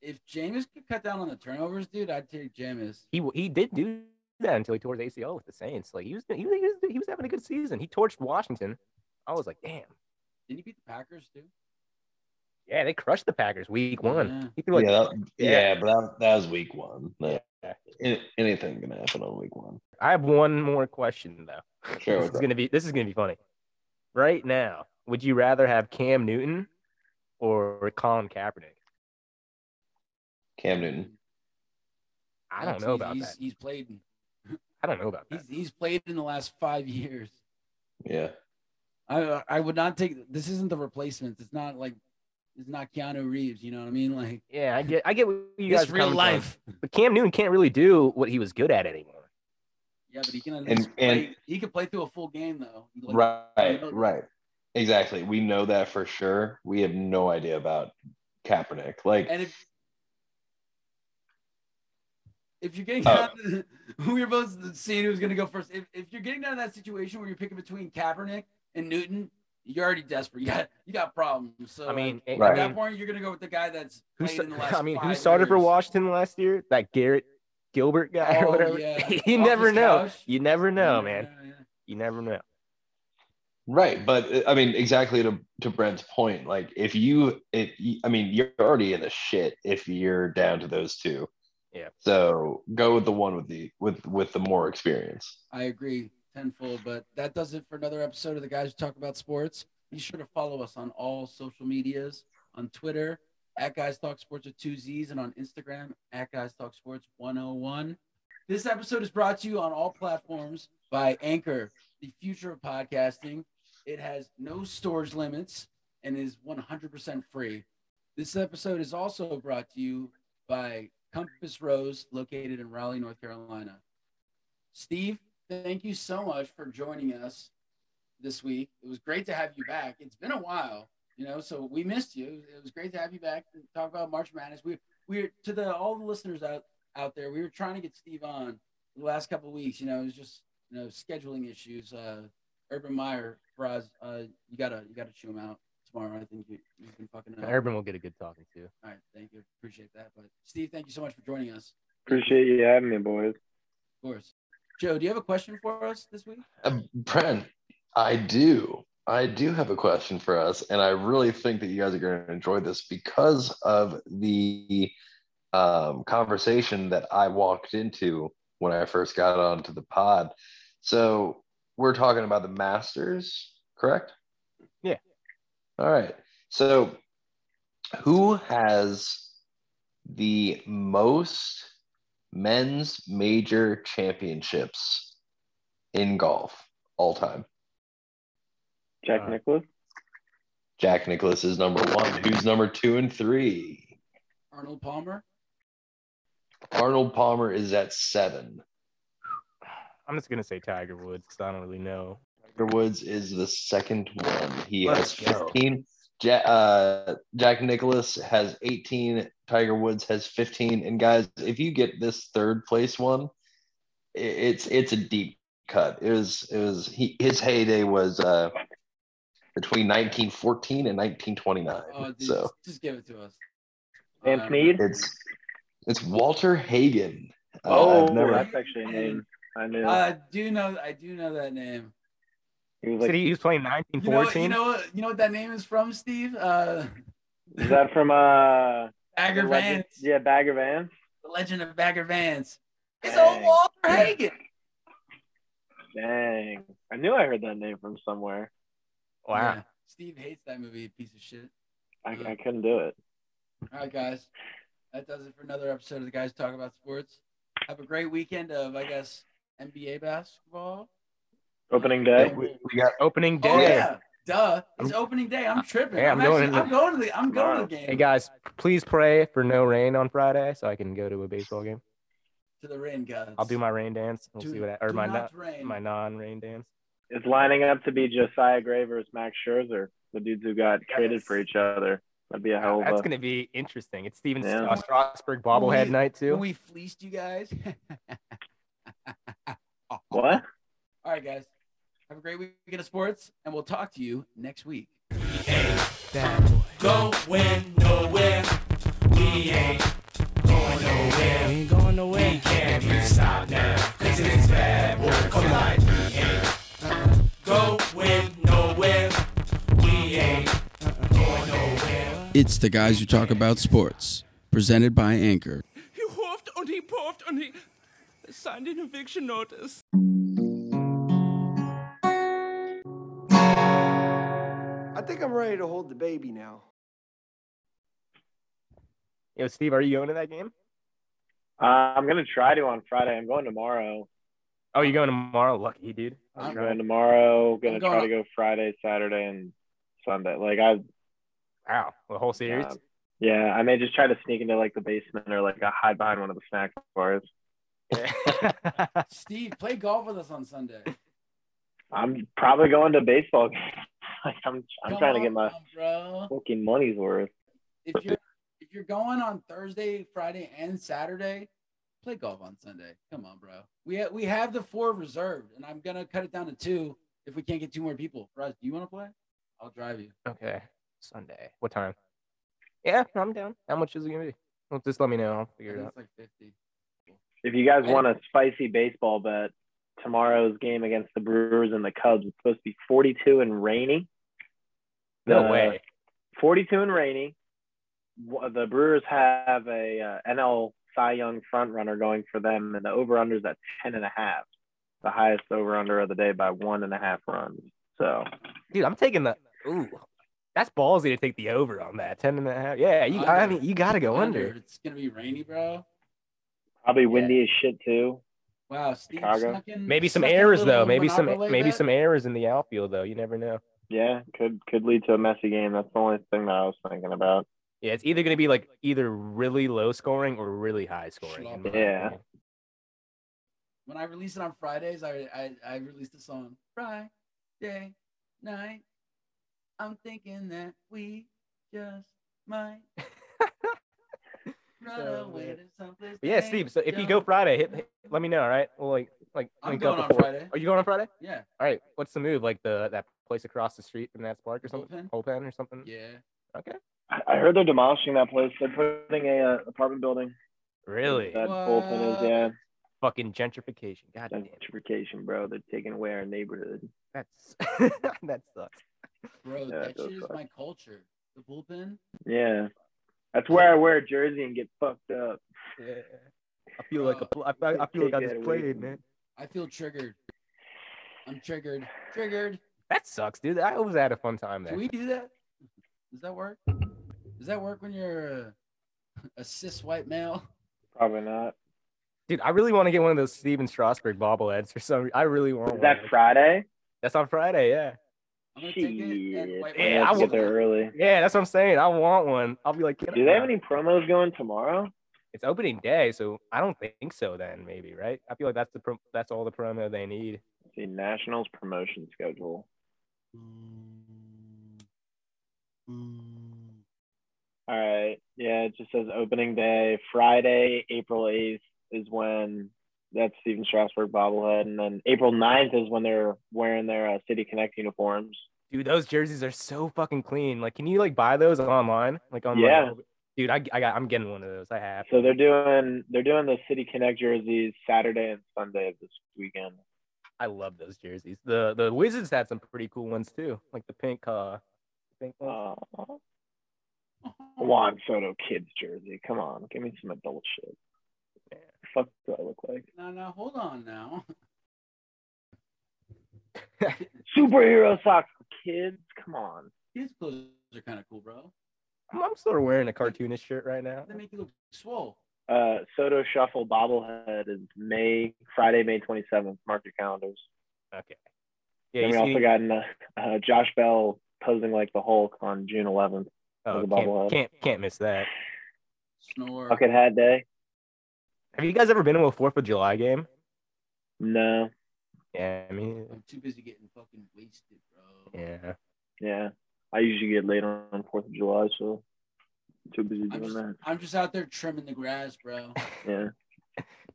Speaker 1: If Jameis could cut down on the turnovers, dude, I'd take Jameis.
Speaker 3: He w- he did do that until he tore his ACL with the Saints. Like he was he was, he was he was having a good season. He torched Washington. I was like, damn.
Speaker 1: Didn't he beat the Packers too?
Speaker 3: Yeah, they crushed the Packers week one.
Speaker 1: Yeah.
Speaker 3: He threw like
Speaker 10: yeah, that, yeah.
Speaker 3: yeah.
Speaker 10: but that, that was week one. Like,
Speaker 3: Yeah.
Speaker 10: an- anything can happen on week one.
Speaker 3: I have one more question though. [laughs]
Speaker 10: Sure,
Speaker 3: this
Speaker 10: what's
Speaker 3: is
Speaker 10: up?
Speaker 3: gonna be this is gonna be funny. Right now, would you rather have Cam Newton or Colin Kaepernick?
Speaker 10: Cam Newton.
Speaker 3: I don't
Speaker 1: That's-
Speaker 3: know
Speaker 1: he's-
Speaker 3: about
Speaker 1: he's,
Speaker 3: that.
Speaker 1: He's played.
Speaker 3: I don't know about that.
Speaker 1: He's, he's played in the last five years.
Speaker 10: Yeah.
Speaker 1: I I would not take. This isn't the replacement. It's not like it's not Keanu Reeves. You know what I mean? Like
Speaker 3: Yeah, I get I get what you guys
Speaker 1: it's
Speaker 3: are
Speaker 1: real
Speaker 3: coming from.
Speaker 1: life.
Speaker 3: But Cam Newton can't really do what he was good at anymore.
Speaker 1: Yeah, but he can at
Speaker 10: And-
Speaker 1: least play,
Speaker 10: and-
Speaker 1: he can play through a full game though. Like,
Speaker 10: Right,
Speaker 1: Like-
Speaker 10: right. Exactly. We know that for sure. We have no idea about Kaepernick. Like,
Speaker 1: And if if you're getting
Speaker 10: Oh.
Speaker 1: down, to the, [laughs] we were both seeing who's going to go first. If, if you're getting down to that situation where you're picking between Kaepernick and Newton, you're already desperate. You got you got problems. So
Speaker 3: I mean, I-
Speaker 1: at
Speaker 10: Right.
Speaker 3: I
Speaker 1: that
Speaker 3: mean,
Speaker 1: point, you're going to go with the guy that's
Speaker 3: who,
Speaker 1: played
Speaker 3: sta-
Speaker 1: in the last.
Speaker 3: [laughs] I mean, who
Speaker 1: five
Speaker 3: started for
Speaker 1: years.
Speaker 3: Washington last year? That Garrett Gilbert guy [laughs] or
Speaker 1: Oh,
Speaker 3: whatever.
Speaker 1: yeah.
Speaker 3: [laughs] you
Speaker 1: Off
Speaker 3: never
Speaker 1: his
Speaker 3: know.
Speaker 1: couch.
Speaker 3: You never know,
Speaker 1: Yeah,
Speaker 3: man.
Speaker 1: yeah, yeah.
Speaker 3: You never know.
Speaker 10: right. But uh, I mean, exactly to, to Brent's point. Like, if you, if you, I mean, you're already in the shit if you're down to those two.
Speaker 3: Yeah.
Speaker 10: So go with the one with the with with the more experience.
Speaker 1: I agree tenfold. But that does it for another episode of the guys who talk about sports. Be sure to follow us on all social medias on Twitter at Guys Talk Sports with two Z's and on Instagram at Guys Talk Sports 101. This episode is brought to you on all platforms by Anchor, the future of podcasting. It has no storage limits and is 100% free. This episode is also brought to you by Compass Rose, located in Raleigh, North Carolina. Steve, thank you so much for joining us this week. It was great to have you back. It's been a while, you know, so we missed you. It was great to have you back and talk about March Madness. We we to the all the listeners out out there, we were trying to get Steve on the last couple of weeks. You know, it was just you know scheduling issues. Uh, Urban Meyer, Braz, uh, you gotta you gotta chew him out tomorrow. I think you you can fucking up.
Speaker 3: Urban will get a good talking to.
Speaker 1: All right, thank you, appreciate that. But Steve, thank you so much for joining us.
Speaker 8: Appreciate you having me, boys.
Speaker 1: Of course, Joe, do you have a question for us this week?
Speaker 10: Uh, Brent, I do. I do have a question for us, and I really think that you guys are going to enjoy this because of the um, conversation that I walked into when I first got onto the pod. So we're talking about the Masters, correct?
Speaker 3: Yeah.
Speaker 10: All right. So Who has the most men's major championships in golf all time?
Speaker 8: Jack
Speaker 3: Uh,
Speaker 8: Nicholas.
Speaker 10: Jack Nicholas is number one. Who's number two and three?
Speaker 1: Arnold Palmer.
Speaker 10: Arnold Palmer is at seven.
Speaker 3: I'm just gonna say Tiger Woods because I don't really know.
Speaker 10: Tiger Woods is the second one. He
Speaker 3: Let's
Speaker 10: has
Speaker 3: go.
Speaker 10: 15. Ja- uh, Jack Nicholas has 18. Tiger Woods has 15. And guys, if you get this third place one, i- it's it's a deep cut. It was it was he, his heyday was uh, between 1914 and
Speaker 1: Oh,
Speaker 10: 1929.
Speaker 1: dude,
Speaker 10: So
Speaker 1: just give it to us.
Speaker 8: Sam
Speaker 1: Uh,
Speaker 8: Snead.
Speaker 10: it's it's Walter Hagen. Uh,
Speaker 8: oh,
Speaker 10: I've never-
Speaker 8: that's actually a name I knew.
Speaker 1: I do know. I do know that name.
Speaker 8: he was
Speaker 3: Said
Speaker 8: like,
Speaker 3: he, he was playing
Speaker 1: You know, you
Speaker 3: 1914.
Speaker 1: know, what- you know what that name is from, Steve? Uh,
Speaker 8: is that from uh? the
Speaker 1: Bagger
Speaker 8: legend-
Speaker 1: Vance,
Speaker 8: Yeah, Bagger Vance.
Speaker 1: the legend of Bagger Vance. It's
Speaker 8: Dang.
Speaker 1: old Walter Hagen.
Speaker 8: Dang, I knew I heard that name from somewhere.
Speaker 3: wow.
Speaker 1: Yeah. Steve hates that movie, piece of shit.
Speaker 8: I, I couldn't do it.
Speaker 1: All right, guys. That does it for another episode of the Guys Talk About Sports. Have a great weekend of, I guess, NBA basketball.
Speaker 8: Opening
Speaker 10: Yeah,
Speaker 8: day.
Speaker 10: we, we got
Speaker 3: Opening day.
Speaker 1: Oh yeah, duh! It's opening day. I'm tripping.
Speaker 3: Yeah,
Speaker 1: I'm,
Speaker 3: I'm going
Speaker 1: actually,
Speaker 3: to
Speaker 1: I'm
Speaker 3: the-
Speaker 1: going to the. I'm going to the game.
Speaker 3: Hey guys, please pray for no rain on Friday so I can go to a baseball game.
Speaker 1: to the rain, guys.
Speaker 3: I'll do my rain dance. We'll
Speaker 1: Do-
Speaker 3: see what I, or
Speaker 1: do
Speaker 3: my
Speaker 1: not
Speaker 3: not
Speaker 1: rain.
Speaker 3: my non-rain dance.
Speaker 8: It's lining up to be Josiah Gray versus Max Scherzer, the dudes who got traded for each other. That'd be a hell of
Speaker 3: That's
Speaker 8: a.
Speaker 3: gonna be interesting. It's Steven
Speaker 8: Yeah.
Speaker 3: uh, Strasburg bobblehead
Speaker 1: We-
Speaker 3: night
Speaker 1: When
Speaker 3: too.
Speaker 1: we fleeced you guys. [laughs]
Speaker 8: What?
Speaker 1: All right, guys. Have a great weekend of sports, and we'll talk to you next week.
Speaker 11: Going nowhere. We ain't going nowhere. We ain't going nowhere. We can't be stopped now. Cause it's bad boy for life. We ain't going nowhere. We ain't going nowhere.
Speaker 6: It's the guys who talk about sports, presented by Anchor.
Speaker 7: He huffed and he puffed and he signed an eviction notice.
Speaker 12: I think I'm ready to hold the baby now.
Speaker 3: Yo, Steve, are you going to that game?
Speaker 8: Uh, I'm gonna try to on Friday. I'm going tomorrow.
Speaker 3: Oh, you're going tomorrow. Lucky dude.
Speaker 8: I'm
Speaker 3: Alright.
Speaker 8: going tomorrow. Gonna
Speaker 1: I'm going
Speaker 8: try
Speaker 1: on-
Speaker 8: to go Friday, Saturday, and Sunday. Like I,
Speaker 3: Wow, the whole series. [laughs]
Speaker 8: Uh, yeah, I may just try to sneak into like the basement or like I hide behind one of the snack bars.
Speaker 3: Yeah.
Speaker 1: Steve, play golf with us on Sunday.
Speaker 8: I'm probably going to baseball. [laughs] games. like I'm, I'm
Speaker 1: Come
Speaker 8: trying to get my
Speaker 1: on, bro.
Speaker 8: fucking money's worth.
Speaker 1: If you're if you're going on Thursday, Friday, and Saturday, play golf on Sunday. Come on, bro. We ha- we have the four reserved, and I'm gonna cut it down to two if we can't get two more people. Raj, do you want to play? I'll drive you.
Speaker 3: okay, Sunday. What time? Yeah, I'm down. How much is it gonna be? Well, just let me know. I'll
Speaker 1: I
Speaker 3: figure it
Speaker 1: think
Speaker 3: out.
Speaker 1: it's like fifty.
Speaker 8: If you guys want a spicy baseball bet, tomorrow's game against the Brewers and the Cubs is supposed to be 42 and rainy.
Speaker 3: No
Speaker 8: The-
Speaker 3: way.
Speaker 8: 42 and rainy. Wha- The Brewers have a uh, NL Cy Young front runner going for them, and the over under is at 10 and a half, the highest over under of the day by one and a half runs. So
Speaker 3: Dude, I'm taking the ooh. That's ballsy to take the over on that. Ten and a half. Yeah, you I
Speaker 1: Under.
Speaker 3: mean you gotta go under.
Speaker 1: It's gonna be rainy, bro.
Speaker 8: probably windy as shit too.
Speaker 1: Wow, Steve.
Speaker 8: Chicago.
Speaker 1: snuck in-
Speaker 3: Maybe some
Speaker 1: snuck in a
Speaker 3: errors
Speaker 1: little
Speaker 3: though. Maybe some
Speaker 1: Monopoly
Speaker 3: maybe
Speaker 1: bet.
Speaker 3: some errors in the outfield though. You never know.
Speaker 8: Yeah, could could lead to a messy game. That's the only thing that I was thinking about.
Speaker 3: Yeah, it's either gonna be like either really low scoring or really high scoring. in my
Speaker 8: Yeah.
Speaker 3: opinion.
Speaker 1: when I release it on Fridays, I I, I release the song Friday night. I'm thinking that we just
Speaker 3: [laughs]
Speaker 1: might run
Speaker 3: Oh,
Speaker 1: away
Speaker 3: man.
Speaker 1: to someplace.
Speaker 3: But yeah,
Speaker 1: that
Speaker 3: Steve.
Speaker 1: ain't
Speaker 3: So if you go
Speaker 1: done.
Speaker 3: Friday, hit, hit- let me know. All right. Well, like like
Speaker 1: I'm
Speaker 3: link
Speaker 1: going
Speaker 3: up
Speaker 1: on
Speaker 3: before-
Speaker 1: Friday.
Speaker 3: Are you going on Friday?
Speaker 1: yeah,
Speaker 3: All right. What's the move? Like the that place across the street from that spark or something?
Speaker 1: Bullpen?
Speaker 3: Bullpen or something?
Speaker 1: yeah,
Speaker 3: Okay.
Speaker 8: I I heard they're demolishing that place. They're putting a uh, apartment building.
Speaker 3: Really?
Speaker 8: That bullpen is yeah.
Speaker 3: Fucking gentrification. God damn. it.
Speaker 8: gentrification, bro. They're taking away our neighborhood.
Speaker 3: That's [laughs] that sucks.
Speaker 1: bro.
Speaker 8: Yeah,
Speaker 1: that
Speaker 8: go
Speaker 1: shit is
Speaker 8: Friday.
Speaker 1: my culture. The bullpen.
Speaker 8: Yeah. That's where I wear a jersey and get fucked up.
Speaker 3: Yeah. I feel like a, pl- I, I, I feel like I
Speaker 8: Take that
Speaker 3: just
Speaker 8: away
Speaker 3: played,
Speaker 8: from
Speaker 3: man.
Speaker 1: I feel triggered. I'm triggered. Triggered.
Speaker 3: That sucks, dude. I always had a fun time
Speaker 1: Can
Speaker 3: there.
Speaker 1: we do that? Does that work? Does that work when you're a, a cis white male?
Speaker 8: Probably not.
Speaker 3: Dude, I really want to get one of those Steven Strasberg bobbleheads for some. I really want.
Speaker 8: Is that Friday?
Speaker 3: That's on Friday. Yeah.
Speaker 8: Jeez.
Speaker 3: Yeah, I
Speaker 8: Let's
Speaker 3: want
Speaker 8: get there
Speaker 1: [laughs]
Speaker 8: early.
Speaker 3: Yeah, that's what I'm saying. I want one. I'll be like,
Speaker 8: Do they have any promos going tomorrow?
Speaker 3: It's opening day, so I don't think so. Then maybe, right? I feel like that's the pro- that's all the promo they need.
Speaker 8: The Nationals promotion schedule. All right. Yeah, it just says opening day Friday, April 8th is when that's Steven Strasburg bobblehead, and then April 9th is when they're wearing their uh, City Connect uniforms.
Speaker 3: Dude, those jerseys are so fucking clean. Like, can you like buy those online? Like on
Speaker 8: Yeah.
Speaker 3: Dude, I, I got I'm getting one of those. I have.
Speaker 8: So they're doing they're doing the City Connect jerseys Saturday and Sunday of this weekend.
Speaker 3: I love those jerseys. The the Wizards had some pretty cool ones too, like the pink uh pink
Speaker 8: ones. Uh, Juan Soto kids jersey. Come on, give me some adult shit. Fuck, do I look like
Speaker 1: No, no, hold on now. [laughs]
Speaker 8: superhero socks? Kids, come on.
Speaker 1: These clothes are kind of cool, bro.
Speaker 3: I'm, I'm sort of wearing a cartoonist shirt right now.
Speaker 1: They make you look swole.
Speaker 8: Uh, Soto Shuffle bobblehead is May Friday, May twenty seventh. Mark your calendars.
Speaker 3: Okay.
Speaker 8: Yeah,
Speaker 3: Yeah,
Speaker 8: and
Speaker 3: you
Speaker 8: we also
Speaker 3: see-
Speaker 8: got an, uh, uh, Josh Bell posing like the Hulk on June eleventh.
Speaker 3: Oh, can't, can't can't miss that.
Speaker 1: Snore.
Speaker 8: Bucket Hat Day.
Speaker 3: Have you guys ever been to a Fourth of July game?
Speaker 8: No.
Speaker 3: Yeah, I mean,
Speaker 1: I'm too busy getting fucking wasted, bro.
Speaker 3: yeah.
Speaker 8: Yeah, I usually get laid on Fourth of July, so too busy
Speaker 1: I'm
Speaker 8: doing
Speaker 1: just,
Speaker 8: that.
Speaker 1: I'm just out there trimming the grass, bro.
Speaker 8: Yeah.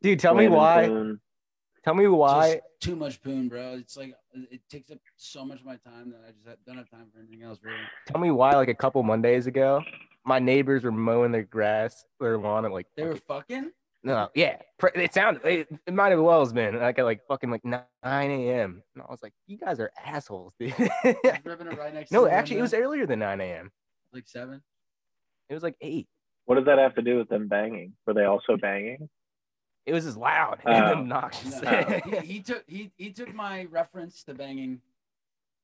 Speaker 3: Dude, tell me
Speaker 8: Slam and
Speaker 3: why.
Speaker 8: boom.
Speaker 3: Tell me why.
Speaker 1: Just too much poon, bro. It's like it takes up so much of my time that I just ha- don't have time for anything else, really.
Speaker 3: Tell me why. Like a couple Mondays ago, my neighbors were mowing their grass, their lawn at like
Speaker 1: They were fucking.
Speaker 3: [laughs] No, yeah, pr- it sounded it, it might have well has been like at like fucking like nine a.m. And I was like, you guys are assholes, dude. [laughs]
Speaker 1: Ripping it right next. to
Speaker 3: no,
Speaker 1: the
Speaker 3: actually, it was
Speaker 1: window,
Speaker 3: earlier than nine a.m.
Speaker 1: like
Speaker 3: [laughs]
Speaker 1: seven.
Speaker 3: It was like eight.
Speaker 8: What does that have to do with them banging? Were they also banging?
Speaker 3: It was just loud
Speaker 8: Oh.
Speaker 3: and obnoxious.
Speaker 1: No, he, he took he he took my reference to banging,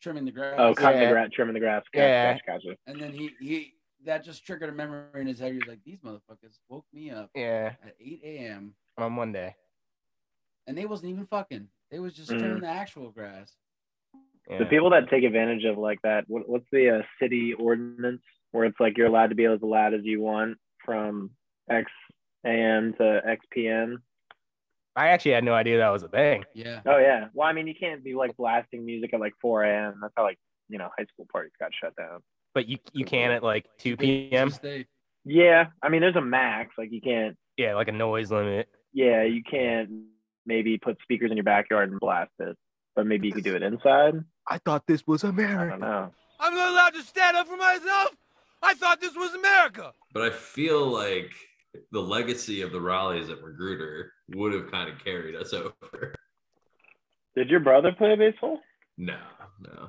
Speaker 1: trimming the grass.
Speaker 8: Oh, cutting the grass, trimming the grass. Gotcha,
Speaker 3: Yeah.
Speaker 8: Gotcha, gotcha.
Speaker 1: And then he he that just triggered a memory in his head. He was like, "These motherfuckers woke me up
Speaker 3: [laughs] yeah,
Speaker 1: at 8 a.m.
Speaker 3: on Monday.
Speaker 1: and they wasn't even fucking. They was just
Speaker 8: Mhm.
Speaker 1: trimming the actual grass.
Speaker 3: Yeah.
Speaker 8: The people that take advantage of like that, what, what's the uh, city ordinance where it's like you're allowed to be as loud as you want from X AM to X PM?
Speaker 3: I actually had no idea that was a thing.
Speaker 1: Yeah.
Speaker 8: Oh yeah. Well, I mean, you can't be like blasting music at like 4 a.m. That's how like you know high school parties got shut down.
Speaker 3: But you you can at like two p.m.
Speaker 8: Yeah, I mean, there's a max. Like you can't.
Speaker 3: Yeah, like a noise limit.
Speaker 8: Yeah, you can't maybe put speakers in your backyard and blast it, but maybe you could do it inside.
Speaker 3: I thought this was
Speaker 8: I
Speaker 3: America.
Speaker 8: don't know.
Speaker 11: I'm not allowed to stand up for myself. I thought this was America.
Speaker 9: But I feel like the legacy of the Raleighs at Magruder would have kind of carried us over.
Speaker 8: Did your brother play baseball?
Speaker 9: No, no.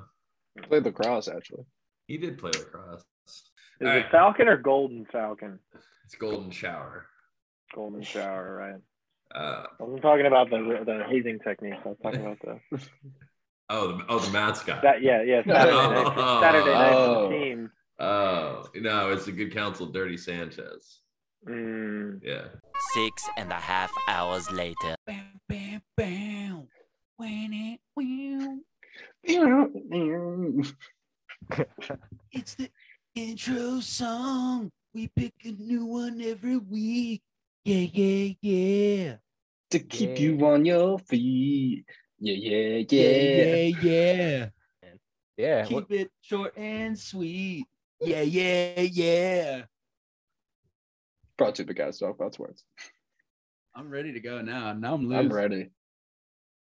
Speaker 2: Played lacrosse actually.
Speaker 9: He did play lacrosse.
Speaker 8: Is
Speaker 9: All
Speaker 8: it
Speaker 9: right.
Speaker 8: Falcon or Golden Falcon?
Speaker 9: It's Golden Shower.
Speaker 8: Golden Shower, right?
Speaker 9: Uh,
Speaker 8: I wasn't talking about the the hazing technique. I was talking about the
Speaker 9: oh, the, oh, the mascot.
Speaker 8: that. Yeah, yeah. Saturday night, Saturday night for the team.
Speaker 9: Oh, no, it's the good counsel, Dirty Sanchez.
Speaker 8: Mm.
Speaker 9: Yeah.
Speaker 13: Six and a half hours later.
Speaker 1: Bam, bam. When it will. It's the intro song. We pick a new one every week. Yeah, yeah, yeah.
Speaker 2: To keep you on your feet. Yeah, yeah,
Speaker 1: Yeah,
Speaker 2: yeah.
Speaker 1: yeah.
Speaker 3: Yeah.
Speaker 1: Keep it short and sweet. Yeah, yeah, yeah.
Speaker 2: Brought to the guys talk about sports.
Speaker 1: I'm ready to go now. Now I'm loose.
Speaker 2: I'm ready.